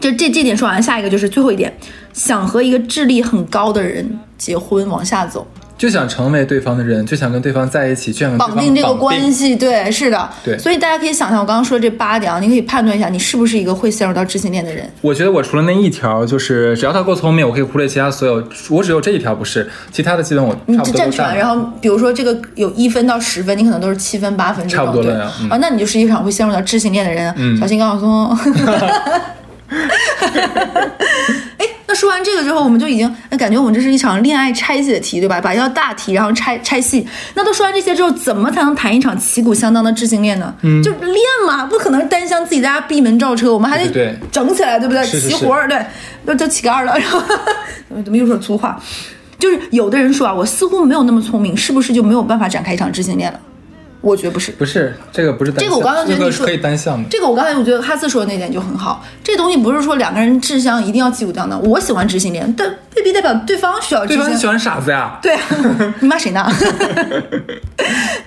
C: 这这这点说完，下一个就是最后一点，想和一个智力很高的人结婚，往下走，
B: 就想成为对方的人，就想跟对方在一起，就想跟对
C: 绑
B: 方
C: 定这个关
B: 系。
C: 系，对，是的，
B: 对
C: 所以大家可以想象我刚刚说的这八点啊，你可以判断一下你是不是一个会陷入到知性恋的人。
B: 我觉得我除了那一条，就是只要他够聪明，我可以忽略其他所有，我只有这一条不是，其他的基本我
C: 你
B: 差不
C: 这
B: 多
C: 站
B: 都
C: 出来，
B: 占
C: 然
B: 了。
C: 后比如说这个有一分到十分，你可能都是七分八分这种，
B: 差不多
C: 对
B: 了呀嗯
C: 啊，那你就是一场会陷入到知性恋的人。小心高晓 松哦。哎，那说完这个之后，我们就已经哎感觉我们这是一场恋爱拆解题，对吧？把一道大题，然后拆拆细。那都说完这些之后，怎么才能谈一场旗鼓相当的知性恋呢？嗯，就练嘛，不可能单相自己在家闭门造车，我们还
B: 对对
C: 得
B: 对
C: 整起来，对不对？
B: 是是
C: 齐
B: 是
C: 活儿，对，都都乞丐了。然后怎么又说粗话？就是有的人说啊，我似乎没有那么聪明，是不是就没有办法展开一场知性恋了？我觉得不是。
B: 不是这个不是单
C: 这个我
B: 向
C: 刚刚觉得
B: 这个
C: 你
B: 是
C: 说
B: 可以单向的，
C: 这个我刚才我觉得哈斯说的那点就很好，这东西不是说两个人志向一定要旗鼓相当。我喜欢知性恋，但未必代表对方需要知
B: 对方
C: 性
B: 喜。欢傻子呀。
C: 对啊， 你骂谁呢？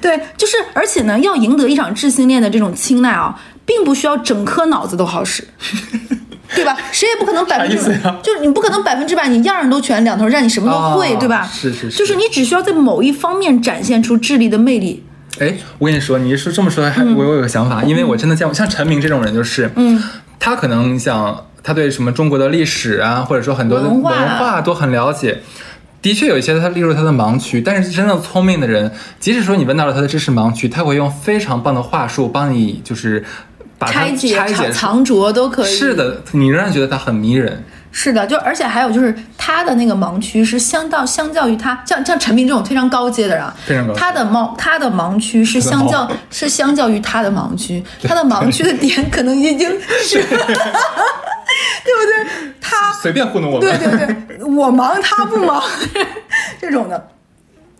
C: 对，就是而且呢，要赢得一场知性恋的这种青睐啊，并不需要整颗脑子都 好使。对吧？谁也不可能百分之
B: 啥意思呀
C: 就是你不可能百分之百，你样样都全，两头占，你什么都会，
B: 啊
C: 对吧？
B: 是是是
C: 就是你只需要在某一方面展现出智力的魅力，
B: 哎，我跟你说，你一说这么说，还
C: 嗯
B: 我我有个想法，因为我真的见过像陈明这种人，就是，嗯，他可能想他对什么中国的历史啊，或者说很多的
C: 文化
B: 化都很了解。的确有一些他列入他的盲区，但是真正聪明的人，即使说你问到了他的知识盲区，他会用非常棒的话术帮你，就是把它
C: 拆解、
B: 拆
C: 藏
B: 解。
C: 藏拙都可以。
B: 是的，你仍然觉得他很迷人。
C: 是的，就而且还有就是他的那个盲区是相到相较于他像像陈明这种非常高阶的人啊，
B: 非常高阶
C: 他的盲他的盲区是相较是相较于他的盲区，他的盲区的点可能已经是， 对不对？他
B: 随便糊弄我们，
C: 对对对，我忙他不忙， 这种的。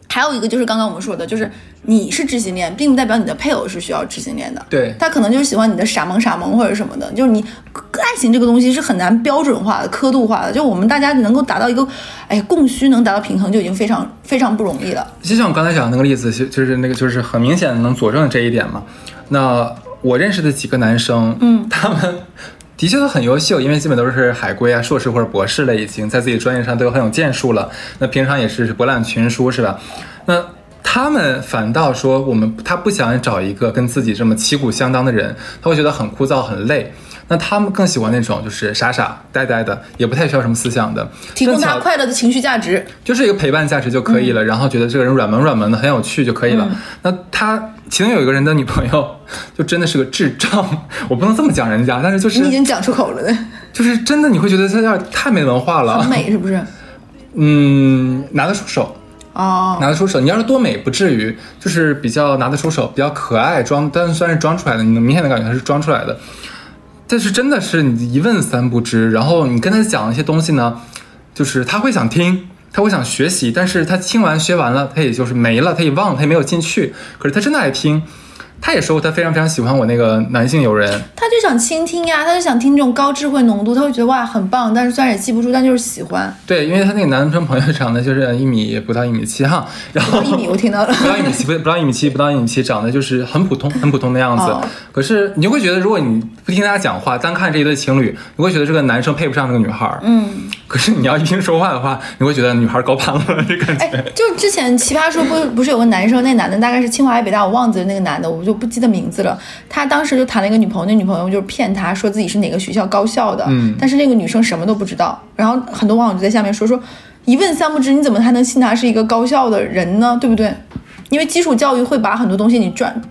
C: 还有一个就是刚刚我们说的，就是你是知性恋，并不代表你的配偶是需要知性恋的。
B: 对
C: 他可能就是喜欢你的傻萌傻萌或者什么的。就是你爱情这个东西是很难标准化的、刻度化的，就我们大家能够达到一个哎供需能达到平衡就已经非常非常不容易了。
B: 就像我刚才讲的那个例子，就就是那个就是很明显能佐证这一点嘛。那我认识的几个男生，嗯，他们的确都很优秀，因为基本都是海归啊、硕士或者博士了，已经在自己专业上都很有建树了。那平常也是博览群书，是吧？那他们反倒说，我们他不想找一个跟自己这么旗鼓相当的人，他会觉得很枯燥、很累。那他们更喜欢那种就是傻傻呆呆的，也不太需要什么思想的，
C: 提供
B: 正
C: 他
B: 巧
C: 快乐的情绪价值，
B: 就是一个陪伴价值就可以
C: 嗯
B: 了，然后觉得这个人软萌软萌的很有趣就可以了。那他其中有一个人的女朋友 就真的是个智障，我不能这么讲人家，但是就是
C: 你已经讲出 口了，
B: 就是真的你会觉得他有点太没文化
C: 很
B: 了，
C: 美是不是？
B: 嗯，拿得出手。
C: 哦，
B: 拿得出手，你要是多美不至于，就是比较拿得出手，比较可爱，装，但是算是装出来的，你能明显的感觉它是装出来的。但是真的是你一问三不知，然后你跟他讲一些东西呢，就是他会想听，他会想学习，但是他听完学完了，他也就是没了，他也忘了，他也没有进去。可是他真的爱听，他也说他非常非常喜欢我那个男性友人，
C: 他就想倾听呀，他就想听这种高智慧浓度，他会觉得哇很棒，但是虽然也记不住，但就是喜欢。
B: 对，因为他那个男生朋友长得就是一米不到一米七哈，然后
C: 一米我听到了，
B: 不到一米七，不不到一米七，不到一米七，长得就是很普通、很普通的样子。
C: 哦
B: 可是你就会觉得，如果你不听他讲话，单看这一对情侣，你会觉得这个男生配不上这个女孩。嗯。可是你要一听说话的话，你会觉得女孩高攀了，这感觉。
C: 哎，就之前《奇葩说不》不是有个男生，那男的大概是清华还是北大，我忘记了那个男的，我就不记得名字了。他当时就谈了一个女朋友，那女朋友就是骗他说自己是哪个学校高校的，
B: 嗯
C: 但是那个女生什么都不知道。然后很多网友就在下面说说，一问三不知，你怎么还能信他是一个高校的人呢？对不对？因为基础教育会把很多东西你转。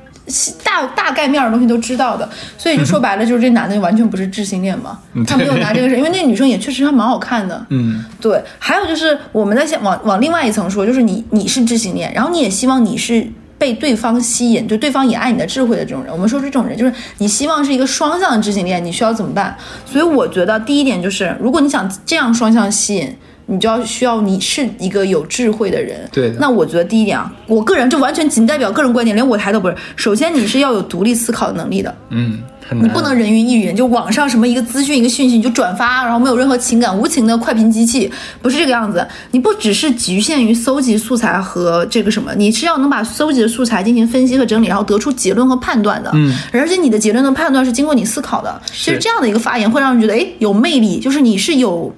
C: 大大概面儿的东西都知道的，所以就说白了，就是这男的完全不是智性恋嘛，他没有拿这 个事，因为那女生也确实还蛮好看的，
B: 嗯，
C: 对，还有就是我们在想往往另外一层说，就是你你是知性恋，然后你也希望你是被对方吸引，就对方也爱你的智慧的这种人。我们说这种人就是你希望是一个双向的知性恋，你需要怎么办？所以我觉得第一点就是，如果你想这样双向吸引。你就要需要你是一个有智慧的人，
B: 对的
C: 那我觉得第一点啊，我个人这完全仅代表个人观点，连我台都不是。首先，你是要有独立思考的能力的，
B: 嗯，很
C: 你
B: 难。
C: 不能人云亦云，就网上什么一个资讯一个讯息你就转发，然后没有任何情感，无情的快评机器，不是这个样子。你不只是局限于搜集素材和这个什么，你是要能把搜集的素材进行分析和整理，然后得出结论和判断的。嗯，而且你的结论和判断是经过你思考的。其实这样的一个发言会让人觉得，哎，有魅力，就是你是有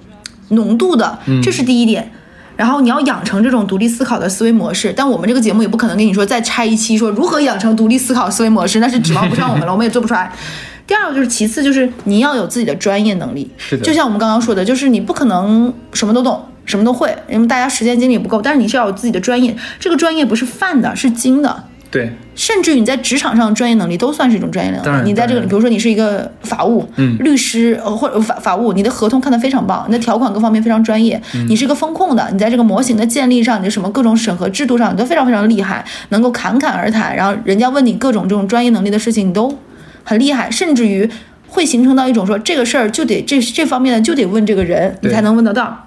C: 浓度的，这是第一点。然后你要养成这种独立思考的思维模式，但我们这个节目也不可能跟你说再拆一期说如何养成独立思考思维模式，那是指望不上我们了，我们也做不出来。第二个就是，其次就是你要有自己的专业能力，
B: 是的
C: 就像我们刚刚说的，就是你不可能什么都懂，什么都会，因为大家时间精力不够，但是你是要有自己的专业，这个专业不是泛的，是精的，
B: 对，
C: 甚至于你在职场上的专业能力都算是一种专业能
B: 当然
C: 力。你在这个，
B: 当然嗯
C: 比如说你是一个法务、律师，呃，或者法法务，你的合同看得非常棒，你的条款各方面非常专业。
B: 嗯
C: 你是一个风控的，你在这个模型的建立上，你的什么各种审核制度上，你都非常非常厉害，能够侃侃而谈。然后人家问你各种这种专业能力的事情，你都很厉害，甚至于会形成到一种说这个事儿就得这这方面的就得问这个人，你
B: 对
C: 才能问得到。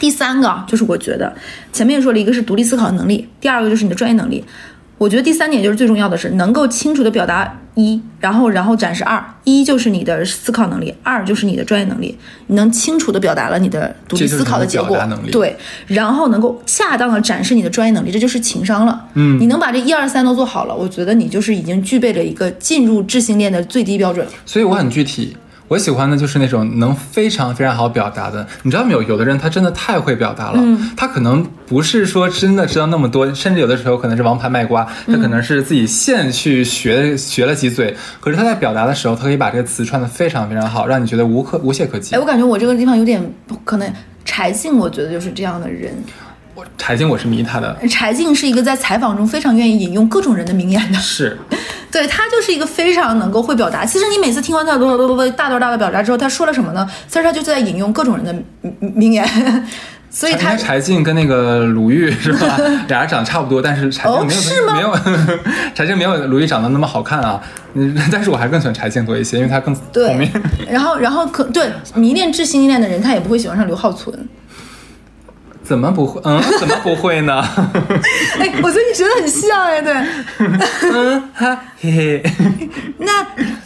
C: 第三个啊就是我觉得前面说了一个是独立思考的能力，第二个就是你的专业能力。我觉得第三点就是最重要的是能够清楚的表达一，然后然后展示二，一就是你的思考能力，二就是你的专业能力，你能清楚的表达了你的独立思考的结
B: 这就
C: 果
B: 是你的表达能力，
C: 对，然后能够恰当的展示你的专业能力，这就是情商了。嗯，你能把这一二三都做好了，我觉得你就是已经具备了一个进入智性恋的最低标准了。
B: 所以我很具体。我喜欢的就是那种能非常非常好表达的，你知道没有？有的人他真的太会表达了，他可能不是说真的知道那么多，甚至有的时候可能是王牌卖瓜，他可能是自己现去学、学了几嘴，可是他在表达的时候，他可以把这个词串的非常非常好，让你觉得无可无懈可击
C: 哎，。我感觉我这个地方有点不可能，柴静我觉得就是这样的人。
B: 我柴静我是迷他的，
C: 柴静是一个在采访中非常愿意引用各种人的名言的，
B: 是
C: 对他就是一个非常能够会表达。其实你每次听完他啰啰啰啰大段大段表达之后，他说了什么呢？其实他就在引用各种人的名名言， 所以
B: 柴
C: 他
B: 柴柴静跟那个鲁豫是吧？俩人长得差不多，但是柴静
C: 哦
B: 没有、
C: 是吗
B: 没有 柴静没有鲁豫长得那么好看啊。嗯但是我还更喜欢柴静多一些，因为她更聪
C: 对
B: 明。，
C: 然后然后可对迷恋智性恋的人，他也不会喜欢上刘浩存。
B: 怎么不会？嗯，怎么不会呢？
C: 哎，我觉得你学的很像哎，对，
B: 嗯，哈嘿嘿。
C: 那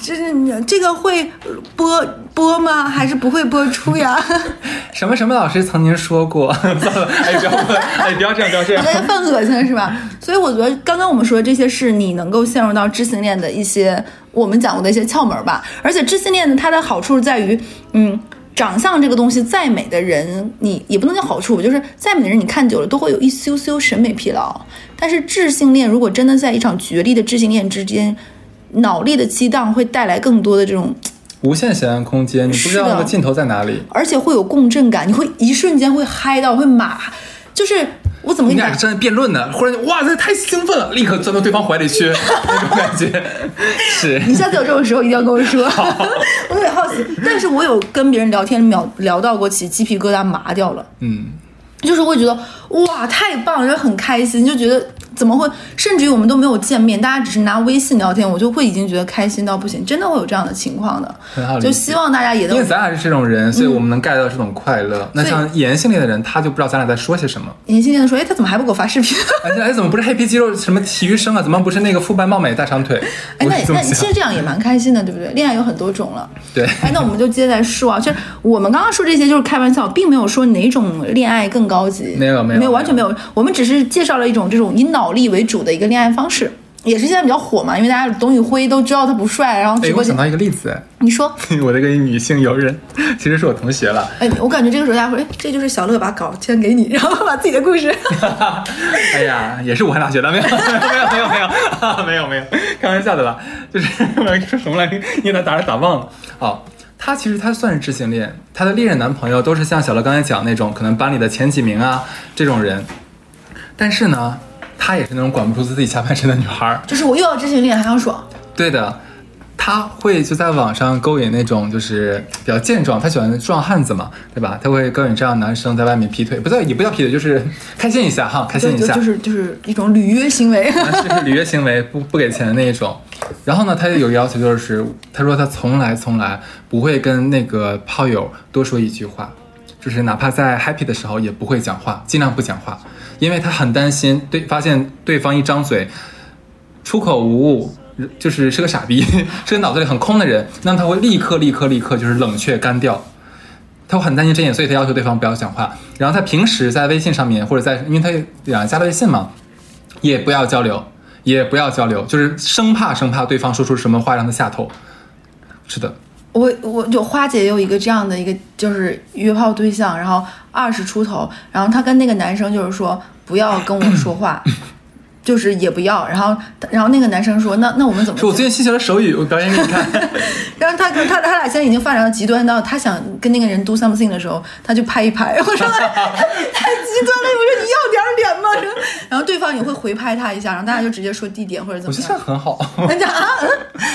C: 这你这个会播播吗？还是不会播出呀？
B: 什么什么老师曾经说过？ 算了，哎，不要问，哎，不要这样，不要这样
C: 大。家犯恶心是吧？所以我觉得刚刚我们说的这些是你能够陷入到知性恋的一些我们讲过的一些窍门吧。而且知性恋呢，它的好处在于，嗯。长相这个东西，再美的人，你也不能叫好处，就是再美的人，你看久了都会有一丢丢审美疲劳。但是智性恋，如果真的在一场角力的智性恋之间，脑力的激荡会带来更多的这种，
B: 无限想象空间，你不知道
C: 是的
B: 那个尽头在哪里。
C: 而且会有共振感，你会一瞬间会嗨到，会马，就是我怎么
B: 你
C: 跟你
B: 俩
C: 讲？
B: 正在辩论呢，忽然就哇，这太兴奋了，立刻钻到对方怀里去，那种感觉 是。
C: 你下次有这种时候一定要跟我说， 我有点好奇。但是我有跟别人聊天聊聊到过，起鸡皮疙瘩麻掉了，
B: 嗯，
C: 就是会觉得哇太棒，然后很开心，就觉得怎么会，甚至于我们都没有见面，大家只是拿微信聊天，我就会已经觉得开心到不行，真的会有这样的情况的
B: 很好，理解
C: 就希望大家也
B: 因为
C: 能。
B: 咱俩是这种人，所以
C: 嗯
B: 我们能 get 到这种快乐。那像炎性恋的人，他就不知道咱俩在说些什 么。
C: 年轻人说，哎，他怎么还不给我发视频？
B: 而且哎，怎么不是黑皮肌肉什么体育生啊？怎么不是那个肤白貌美大长腿？我
C: 哎，那
B: 是这
C: 那
B: 么
C: 其
B: 想
C: 实。这样也蛮开心的，对不对？恋爱有很多种了。
B: 对，
C: 哎，那我们就接着来说啊，就是我们刚刚说这些就是开玩笑，并没有说哪种恋爱更高级，
B: 没有没
C: 没
B: 有
C: 完全没有，我们只是介绍了一种这种以脑力为主的一个恋爱方式，也是现在比较火嘛，因为大家董宇辉都知道他不帅，然后
B: 哎
C: 直，播
B: 我
C: 间、
B: 想到一个例子，
C: 你说，
B: 我的一个女性友人，其实是我同学了。
C: 哎，我感觉这个时候大家会，哎，这就是小乐把稿先给你，然后把自己的故事，
B: 哎呀，也是武汉大学的，没有 没有没有没有啊没有没有， 开玩笑的啦。就是 我要说什么来着？你咋打着打忘了？哦，她其实她算是知性恋，她的历任男朋友都是像小乐刚才讲那种，可能班里的前几名啊这种人。但是呢，她也是那种管不住自己下半身的女孩儿。
C: 就是我又要知性恋还要爽，
B: 对的，他会就在网上勾引那种就是比较健壮，他喜欢壮汉子嘛，对吧？他会勾引这样的男生在外面劈腿，不对，也不叫劈腿，就是开心一下哈，开
C: 就
B: 心一
C: 就
B: 下，
C: 就是就是一种履约行为，
B: 啊就是履约行为，不不给钱的那一种。然后呢，他有要求就是，他说他从来从来不会跟那个炮友多说一句话，就是哪怕在 happy 的时候也不会讲话，尽量不讲话，因为他很担心对发现对方一张嘴出口无物，就是是个傻逼，是个脑子里很空的人，那么他会立刻立刻立刻就是冷却干掉。他会很担心这点，所以他要求对方不要讲话。然后他平时在微信上面，或者在因为他啊加了微信嘛，也不要交流，也不要交流，就是生怕生怕对方说出什么话让他下头。是的，
C: 我我就花姐有一个这样的一个就是约炮对象，然后二十出头，然后她跟那个男生就是说不要跟我 说话，就是也不要，然后然后那个男生说那那我们怎么
B: 说我最近新学了手语，我表演给你看。
C: 然后他跟他他俩现在已经发展到极端到他想跟那个人 do something 的时候，他就拍一拍。 我说太极端了，我说你要点儿脸吗？然后对方也会回拍他一下，然后大家就直接说地点或者怎
B: 我
C: 么
B: 觉得这样
C: 样。
B: 很好， 我
C: 人家啊， 嗯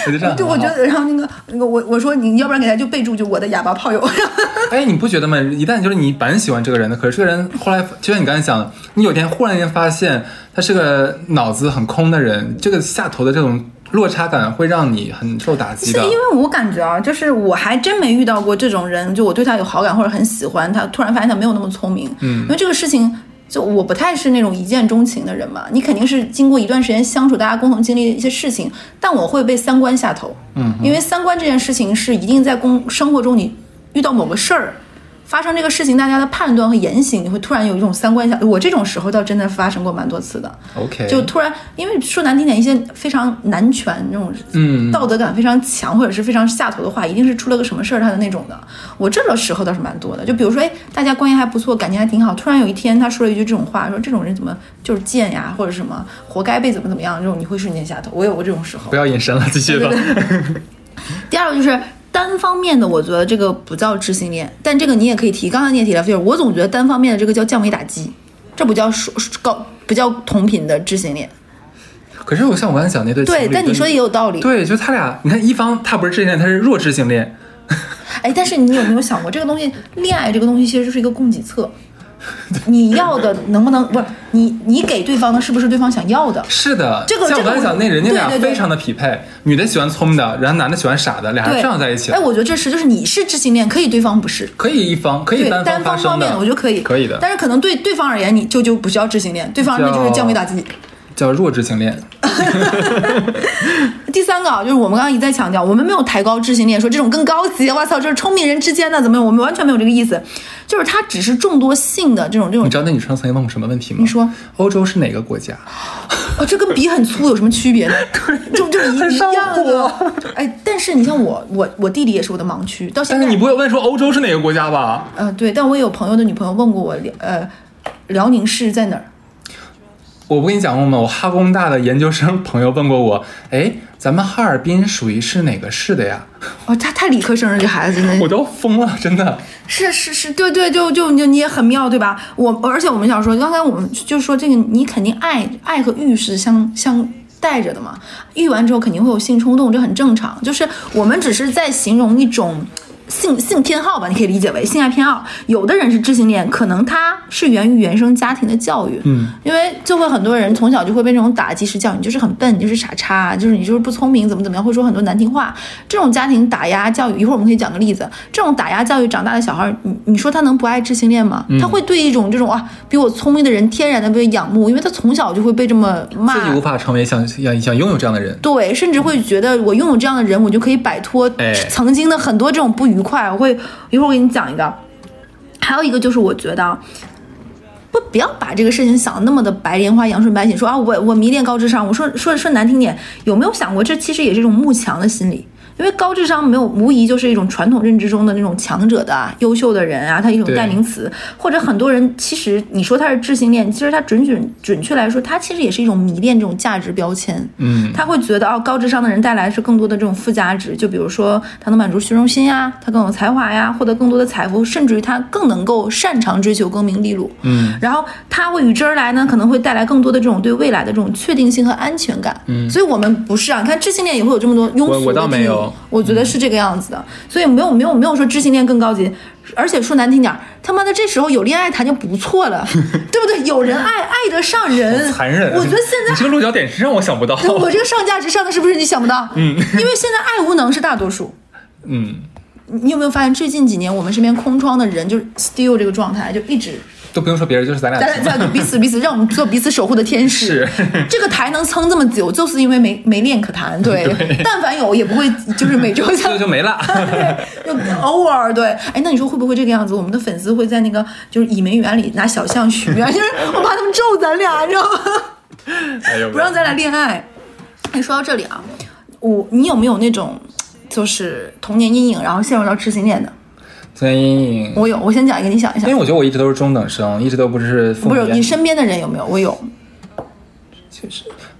B: 觉得这样很好。
C: 对，我觉得，然后那个那个我我说你要不然给他就备注就我的哑巴炮友，
B: 哎，你不觉得吗？一旦就是你本喜欢这个人的，可是这个人后来，就像你刚才讲的，你有一天忽然间发现他是个脑子很空的人，这个下头的这种落差感会让你很受打击
C: 是
B: 的
C: 因。为我感觉啊，就是我还真没遇到过这种人，就我对他有好感或者很喜欢他，突然发现他没有那么聪明。嗯，因为这个事情，就我不太是那种一见钟情的人嘛，你肯定是经过一段时间相处，大家共同经历一些事情，但我会被三观下头。嗯，因为三观这件事情是一定在工生活中你遇到某个事儿。发生这个事情，大家的判断和言行，你会突然有一种三观下。我这种时候倒真的发生过蛮多次的。
B: OK，
C: 就突然，因为说难听点，一些非常男权那种，
B: 嗯
C: 道德感非常强或者是非常下头的话，一定是出了个什么事儿他的那种的。我这种时候倒是蛮多的，就比如说，哎，大家关系还不错，感情还挺好，突然有一天他说了一句这种话，说这种人怎么就是贱呀，或者什么活该被怎么怎么样，这种你会瞬间下头。我有过这种时候
B: 不。要隐身了，继续吧。
C: 第二个就是单方面的，我觉得这个不叫知性恋，但这个你也可以提。刚才你也提了，就是我总觉得单方面的这个叫降维打击，这不叫说高，不叫同频的知性恋。
B: 可是我像我刚才讲那对情侣
C: 对，
B: 跟，
C: 但你说的也有道理。
B: 对，就他俩，你看一方他不是知性恋，他是弱智性恋，
C: 哎，但是你有没有想过，这个东西，恋爱这个东西其实就是一个供 给侧，你要的能不能不是你你给对方的，是不是对方想要的？
B: 是的，
C: 这个
B: 像
C: 这
B: 我
C: 个
B: 刚才讲那人家
C: 对
B: 俩
C: 对对
B: 非常的匹配，女的喜欢聪明的，然后男的喜欢傻的，俩人
C: 对，
B: 这样在一起了
C: 哎，，我觉得这是就是你是知性恋，可以对方不是。
B: 可以一方可以
C: 对
B: 单
C: 单
B: 发
C: 方
B: 生
C: 面
B: 的，
C: 的，我觉得可以，
B: 可以的，
C: 但是可能对对方而言，你就就不叫知性恋，对方而言就是
B: 叫
C: 降维打击。
B: 叫弱智性恋。
C: 第三个啊，就是我们刚刚一再强调，我们没有抬高知性恋，说这种更高级，哇操，这是聪明人之间的怎么样？我们完全没有这个意思，就是它只是众多性的这种这种
B: 你知道那女生曾经问我什么问题吗？
C: 你说，
B: 欧洲是哪个国家？
C: 哦，这跟笔很粗有什么区 别呢？就就一
B: 很
C: 一
B: 上
C: 样
B: 火
C: 的。哎，但是你像我，我我地理也是我的盲区，到现
B: 但
C: 在
B: 是你不会问说欧洲是哪个国家吧？
C: 呃对，但我也有朋友的女朋友问过我，辽呃，辽宁市在哪儿？
B: 我不跟你讲过吗？我哈工大的研究生朋友问过我，哎，咱们哈尔滨属于是哪个市的呀？
C: 哦，他太理科生了，这孩子真的
B: 我都疯了，真
C: 嗯
B: 的。
C: 是是是，对对，就就就你也很妙，对吧？我而且我们想说，刚才我们就说这个，你肯定爱爱和欲是相相带着的嘛，欲完之后肯定会有性冲动，这很正常。就是我们只是在形容一种性性偏好吧，你可以理解为性爱偏好。有的人是知性恋，可能他是源于原生家庭的教育，
B: 嗯，
C: 因为就会很多人从小就会被这种打击式教育，你就是很笨，你就是傻叉，就是你就是不聪明，怎么怎么样，会说很多难听话。这种家庭打压教育，一会儿我们可以讲个例子。这种打压教育长大的小孩儿，你你说他能不爱知性恋吗？
B: 嗯
C: 他会对一种这种啊比我聪明的人天然的被仰慕，因为他从小就会被这么骂
B: 自。己无法成为想想想拥有这样的人。
C: 对，甚至会觉得我拥有这样的人，我就可以摆脱
B: 哎
C: 曾经的很多这种不愉快。我会一会儿我给你讲一个，还有一个就是我觉得啊不不要把这个事情想的那么的白莲花、阳春白雪，说啊我我迷恋高智商。我说说说难听点，有没有想过这其实也是一种慕强的心理？因为高智商没有无疑就是一种传统认知中的那种强者的、啊、优秀的人啊，他一种
B: 对
C: 代名词，或者很多人其实你说他是智性恋，其实他准准准确来说，他其实也是一种迷恋这种价值标签。
B: 嗯，
C: 他会觉得哦，高智商的人带来是更多的这种附加值，就比如说他能满足虚荣心呀，他更有才华呀，获得更多的财富，甚至于他更能够擅长追求功名利禄。
B: 嗯，
C: 然后他会与之而来呢，可能会带来更多的这种对未来的这种确定性和安全感。嗯，所以我们不是啊，你看知性恋也会有这么多庸
B: 我
C: 俗
B: 我
C: 的
B: 倒没
C: 定义
B: 有
C: 我觉得是这个样子的，所以没有没有没有说知性恋更高级，而且说难听点儿，他妈的这时候有恋爱谈就不 错了，对不对？有人爱，爱得上人，
B: 残忍。
C: 嗯
B: 啊
C: 我觉得现在
B: 你这个落脚点是让我想不到。
C: 对我这个上价值上的是不是你想不到？嗯，因为现在爱无能是大多数。
B: 嗯，
C: 你你有没有发现最近几年我们身边空窗的人就是 still 这个状态，就一直
B: 都不用说别人，就是咱俩
C: 咱咱彼此彼此，让我们做彼此守护的天使。这个台能撑这么久，就是因为没没练可谈。对，但凡有也不会就是每周
B: 这
C: 像
B: 个就 没了。
C: 就偶尔对，哎，那你说会不会这个样子？我们的粉丝会在那个就是倚梅园里拿小象许愿， 就是我怕他们咒咱俩，你知道吗？
B: 哎呦，
C: 不让咱俩恋爱。哎，说到这里啊，我你有没有那种就是童年阴影，然后陷入到痴情恋的？
B: 童年阴影，
C: 我有，我先讲一个，你想一
B: 因为
C: 想。
B: 我觉得我一直都是中等生，一直都不是父母
C: 不是
B: 眼
C: 你身边的人有没有？我有，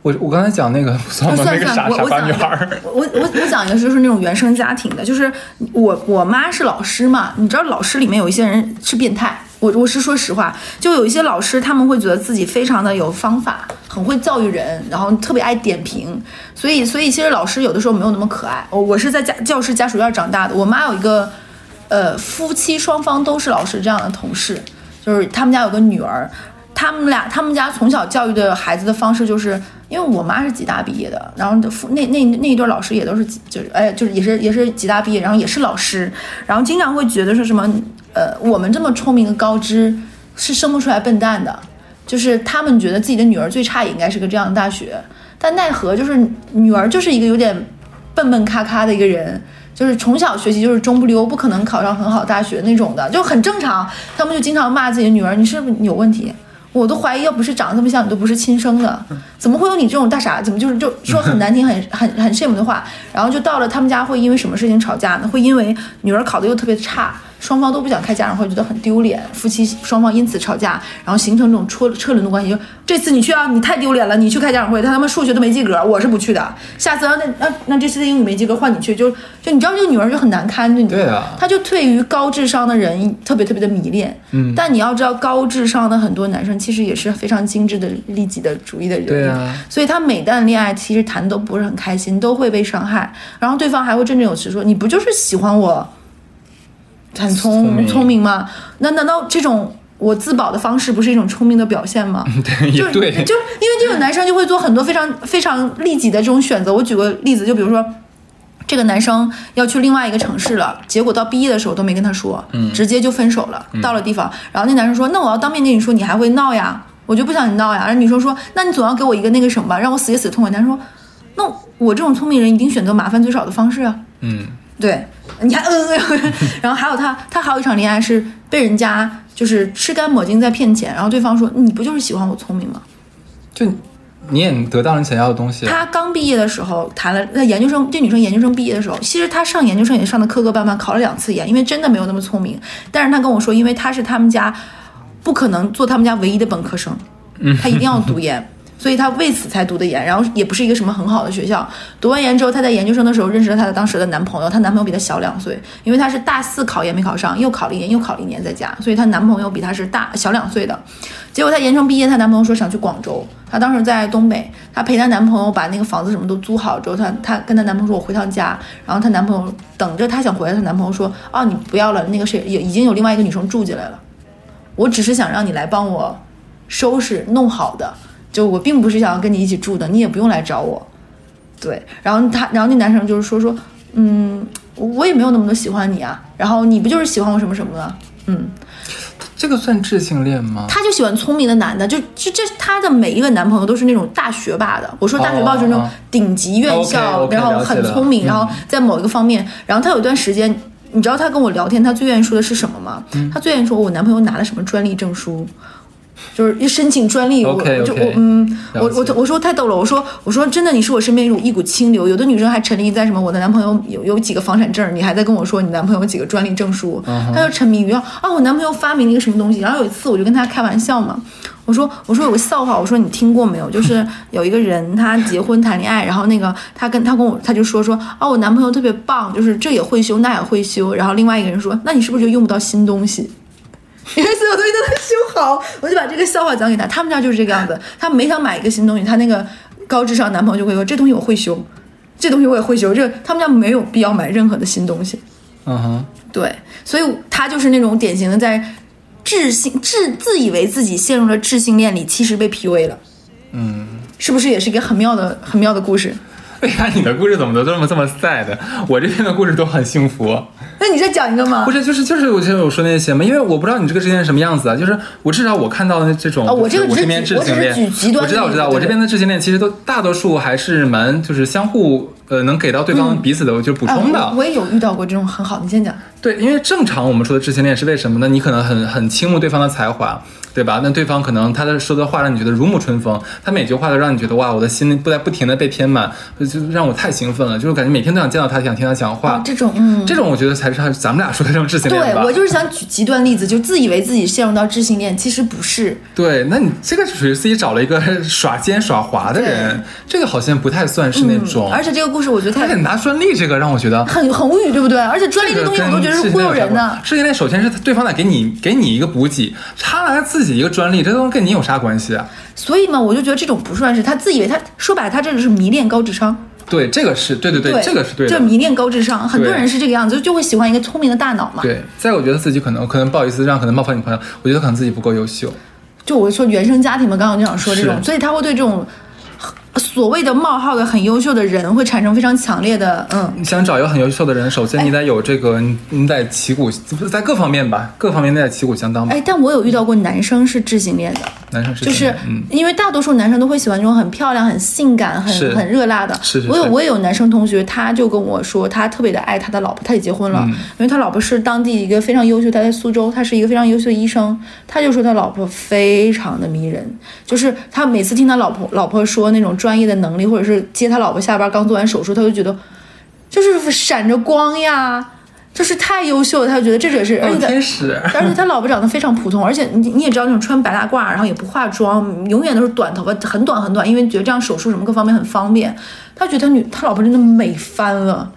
B: 我我刚才讲那个不算吗？
C: 算
B: 那个傻
C: 算，我
B: 傻
C: 我
B: 瓜
C: 讲
B: 女
C: 一
B: 孩儿
C: 个，我我我讲一个就是那种原生家庭的，就是我我妈是老师嘛，你知道老师里面有一些人是变态，我我是说实话，就有一些老师他们会觉得自己非常的有方法，很会教育人，然后特别爱点评，所以所以其实老师有的时候没有那么可爱。我我是在家教师家属院长大的，我妈有一个呃夫妻双方都是老师这样的同事，就是他们家有个女儿，他们俩他们家从小教育的孩子的方式就是，因为我妈是吉大毕业的，然后父那那那一对老师也都是吉就是哎就是也是也是吉大毕业，然后也是老师，然后经常会觉得说什么呃我们这么聪明的高知是生不出来笨蛋的，就是他们觉得自己的女儿最差也应该是个这样的大学，但奈何就是女儿就是一个有点笨笨咔咔的一个人，就是从小学习就是中不溜，不可能考上很好大学那种的，就很正常。他们就经常骂自己的女儿，你是不是有问题？我都怀疑，要不是长得这么像，你都不是亲生的，怎么会有你这种大傻？怎么就是就说很难听、很很很 shame 的话？然后就到了他们家会因为什么事情吵架呢？会因为女儿考得又特别差，双方都不想开家长会，觉得很丢脸，夫妻双方因此吵架，然后形成这种车车轮的关系。就这次你去啊，你太丢脸了，你去开家长会，他他妈数学都没及格，我是不去的。下次啊，那那那这次英语没及格换你去，就就你知道这个女儿就很难堪，就你
B: 对啊
C: 他就对于高智商的人特别特别的迷恋。嗯，但你要知道，高智商的很多男生其实也是非常精致的利己的主义的人。
B: 对啊，
C: 所以他每段恋爱其实谈都不是很开心，都会被伤害，然后对方还会振振有词说：“你不就是喜欢我很聪
B: 聪明
C: 聪明吗？那难道这种？”我自保的方式不是一种聪明的表现吗？
B: 嗯对
C: 就
B: 也对，
C: 就因为这种男生就会做很多非常非常利己的这种选择。我举个例子，就比如说。这个男生要去另外一个城市了，结果到毕业的时候都没跟他说，
B: 嗯
C: 直接就分手了。到了地方，然后那男生说：“那我要当面跟你说，你还会闹呀？我就不想你闹呀。”然后女生说：“那你总要给我一个那个什么吧，让我死也死得痛快。”男生说：“那我这种聪明人一定选择麻烦最少的方式啊。”
B: 嗯，
C: 对，你还 嗯，嗯然后还有他，他还有一场恋爱是被人家就是吃干抹净在骗钱，然后对方说你不就是喜欢我聪明吗？
B: 就你也得到了你想要的东西，
C: 他刚毕业的时候谈了，那研究生这女生研究生毕业的时候，其实她上研究生也上的磕磕绊绊，考了两次研，因为真的没有那么聪明。但是她跟我说，因为她是他们家不可能做他们家唯一的本科生，她一定要读研。所以她为此才读的研，然后也不是一个什么很好的学校。读完研之后，她在研究生的时候认识了她的当时的男朋友，她男朋友比她小两岁，因为她是大四考研没考上，又考了一年，又考了一年在家，所以她男朋友比她是大小两岁的。结果她研究生毕业，她男朋友说想去广州，她当时在东北，她陪她男朋友把那个房子什么都租好之后，她她跟她男朋友说我回趟家，然后她男朋友等着她想回来，她男朋友说哦你不要了，那个谁也已经有另外一个女生住进来了，我只是想让你来帮我收拾弄好的，就我并不是想要跟你一起住的，你也不用来找我。对，然后他，然后那男生就是说说，嗯，我也没有那么多喜欢你啊，然后你不就是喜欢我什么什么的，嗯，
B: 这个算智性恋吗？
C: 他就喜欢聪明的男的，就就这他的每一个男朋友都是那种大学霸的。我说大学霸就是那
B: 哦
C: 种
B: 哦
C: 顶级院校，
B: OK，OK，
C: 然后
B: 了解
C: 很
B: 了
C: 聪明，
B: 嗯
C: 然后在某一个方面，然后他有一段时间。你知道他跟我聊天，他最愿意说的是什么吗？
B: 嗯
C: 他最愿意说我男朋友拿了什么专利证书，就是一申请专利，我
B: OK，OK，
C: 我就我嗯，
B: 了
C: 我我
B: 解
C: 我说太逗了，我说我说真的，你是我身边一股一股清流。有的女生还沉迷在什么我的男朋友有有几个房产证，你还在跟我说你男朋友有几个专利证书，
B: 嗯
C: 她就沉迷于啊我男朋友发明了一个什么东西。然后有一次我就跟她开玩笑嘛，我说我说有个笑话，我说你听过没有？ 就是有一个人他结婚谈恋爱，然后那个他跟他跟我他就说说啊我男朋友特别棒，就是这也会修那也会修。然后另外一个人说那你是不是就用不到新东西？因为所有东西都能修好，我就把这个笑话讲给他。他们家就是这个样子，他每想买一个新东西，他那个高智商男朋友就会说：“这东西我会修，这东西我也会修。”这他们家没有必要买任何的新东西。
B: 嗯哼，
C: 对，所以他就是那种典型的在智性自自以为自己陷入了智性恋里，其实被 PUA 了。
B: 嗯，
C: 是不是也是一个很妙的、很妙的故事？
B: 为啥你的故事怎么都这么这么 sad？我这边的故事都很幸福。
C: 那你再讲一个吗
B: 不？是，就是就是，我就我说那些嘛，因为我不知道你这个之间什么样子啊。就是我至少我看到的这种，
C: 啊我这个
B: 就是我
C: 只是
B: 这边
C: 举
B: 至
C: 我只
B: 性
C: 是
B: 恋，
C: 举极端
B: 我知道我
C: 的例
B: 知
C: 子
B: 道，
C: 对
B: 我这边的至性恋其实都大多数还是蛮就是相互呃能给到对方彼此的就是补
C: 哎，
B: 充的。
C: 我我也有遇到过这种很好，你先讲。
B: 对，因为正常我们说的知性恋是为什么呢？你可能很很倾慕对方的才华，对吧？那对方可能他的说的话让你觉得如沐春风，他每句话都让你觉得哇，我的心不在不停的被填满，呃就就让我太兴奋了，就是感觉每天都想见到他，想听他讲话。
C: 这种，嗯，
B: 这种我觉得才是咱们俩说的这种知性恋
C: 对
B: 吧
C: 我。就是想举极端例子，就自以为自己陷入到知性恋，其实不是。
B: 对，那你这个属于自己找了一个耍奸耍滑的人，这个好像不太算是那种。
C: 嗯而且这个故事我觉得
B: 而且
C: 太
B: 拿专利这个让我觉得
C: 很很无语，对不对？而且专利这东西我都觉得是忽悠人的。
B: 事情那首先是对方得给你给你一个补给，他拿自己一个专利，这东西跟你有啥关系啊？
C: 所以嘛，我就觉得这种不算是他自以为他说白了，他这个是迷恋高智商。
B: 对，这个是对对对，这个是对
C: 就
B: 的。
C: 迷恋高智商，很多
B: 对
C: 人是这个样子，就就会喜欢一个聪明的大脑嘛。
B: 对，再我觉得自己可能可能不好意思让可能冒犯你朋友，我觉得可能自己不够优秀。
C: 就我说原生家庭嘛，刚刚就想说这种，
B: 是
C: 所以他会对这种所谓的冒号的很优秀的人会产生非常强烈的嗯。
B: 你想找一个很优秀的人，首先你得有这个，你你得旗鼓在各方面吧，各方面得旗鼓相当吧。
C: 哎，但我有遇到过男生是智性恋的，
B: 男生是
C: 哎就
B: 这
C: 是
B: 样嗯，
C: 因为大多数男生都会喜欢这种很漂亮、很性感、
B: 是
C: 很很热辣的。
B: 是是
C: 我有
B: 是
C: 我也有男生同学，他就跟我说，他特别的爱他的老婆，他也结
B: 嗯
C: 婚了，因为他老婆是当地一个非常优秀，他在苏州，他是一个非常优秀的医生。他就说他老婆非常的迷人，就是他每次听他老婆老婆说那种专业的能力，或者是接他老婆下班刚做完手术，他就觉得就是闪着光呀，就是太优秀了，他就觉得这也是，而
B: 哦
C: 且他
B: 天使。
C: 而且他老婆长得非常普通，而且你你也知道那种穿白大褂，然后也不化妆，永远都是短头发，很短很短，因为觉得这样手术什么各方面很方便。他觉得他女他老婆真的美翻了，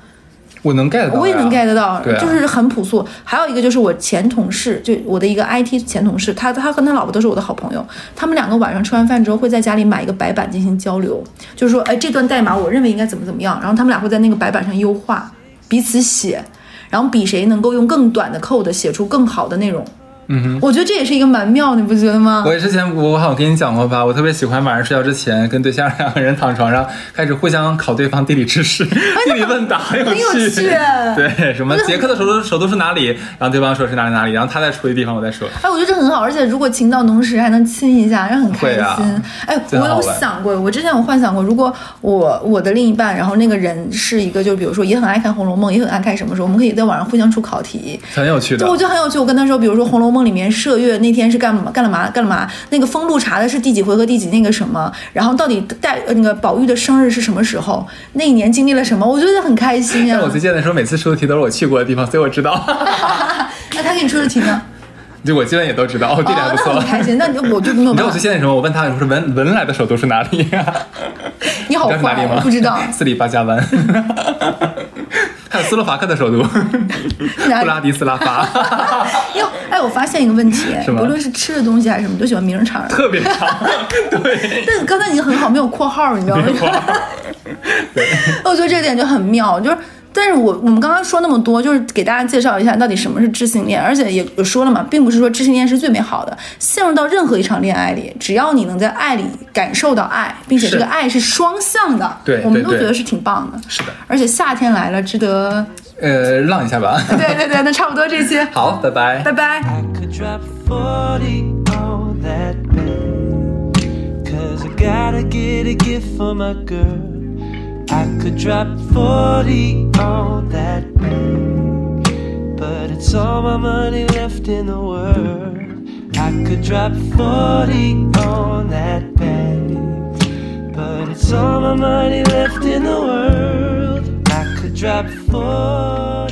B: 我能 get 到呀，
C: 我也能 get 得到，
B: 对啊
C: 就是很朴素。还有一个就是我前同事，就我的一个 IT 前同事，他他跟他老婆都是我的好朋友，他们两个晚上吃完饭之后会在家里买一个白板进行交流，就是说，哎，这段代码我认为应该怎么怎么样，然后他们俩会在那个白板上优化，彼此写，然后比谁能够用更短的 code 写出更好的内容。嗯哼，我觉得这也是一个蛮妙的，你不觉得吗？
B: 我之前我好像跟你讲过吧，我特别喜欢晚上睡觉之前跟对象两个人躺床上开始互相考对方地理知识、地理问答，很有
C: 哎很有
B: 趣。
C: 趣
B: 对，什么捷克的首都首都是哪里？然后对方说是哪里哪里，然后他再说一地方，我再 说。
C: 哎，我觉得这很好，而且如果情到浓时还能亲一下，让很开
B: 会
C: 心。
B: 啊
C: 哎，我
B: 真好
C: 有
B: 玩
C: 想过，我之前有幻想过，如果我我的另一半，然后那个人是一个，就比如说也很爱看《红楼梦》，也很爱看什么时候，我们可以在网上互相出考题。
B: 很有趣的
C: 就我。觉得很有趣，我跟他说，比如说《红楼梦》里面麝月那天是干嘛干了嘛干了嘛，那个封路查的是第几回合第几那个什么，然后到底带呃那个宝玉的生日是什么时候，那一年经历了什么，我觉得很开 心呀、
B: 但我最贱的时候，每次出的题都是我去过的地方，所以我知道，
C: 那他给你出的 题呢？
B: 就我基本也都知道，我地理还
C: 哦，
B: 不
C: 那
B: 错。
C: 很开心，那你我就没有
B: 你知
C: 办
B: 道我
C: 法
B: 最。贱的什么？我问他，我说文文莱的首都是哪里、啊？
C: 你好
B: 你知道是哪
C: 坏
B: 里
C: 哦，
B: 吗？
C: 不知道
B: 斯里巴加湾，还有斯洛伐克的首都
C: 哪
B: 布
C: 里
B: 拉迪斯拉发，
C: 哟，哎，我发现一个问题，
B: 是吗
C: 无论是吃的东西还是什么，都喜欢名人场。
B: 特别长。 对。
C: 但刚才你很好，没有括号，你知道吗？ 我觉得这点就很妙，就是。但是我我们刚刚说那么多，就是给大家介绍一下到底什么是知性恋，而且也也说了嘛，并不是说知性恋是最美好的。陷入到任何一场恋爱里，只要你能在爱里感受到爱，并且
B: 是
C: 这个爱是双向的，
B: 对
C: 我们都
B: 对
C: 觉
B: 对
C: 得是挺棒的。
B: 是的，
C: 而且夏天来了，值得。
B: 呃，浪一下吧。
C: 对对对，那差不多这些，
B: 好，拜拜。
C: 拜拜。
A: I could drop 40 on that bed. Cause I gotta get a gift for my girl. I could drop 40 on that bed. But it's all my money left in the world. I could drop 40 on that bed. But it's all my money left in the world. I could drop 40.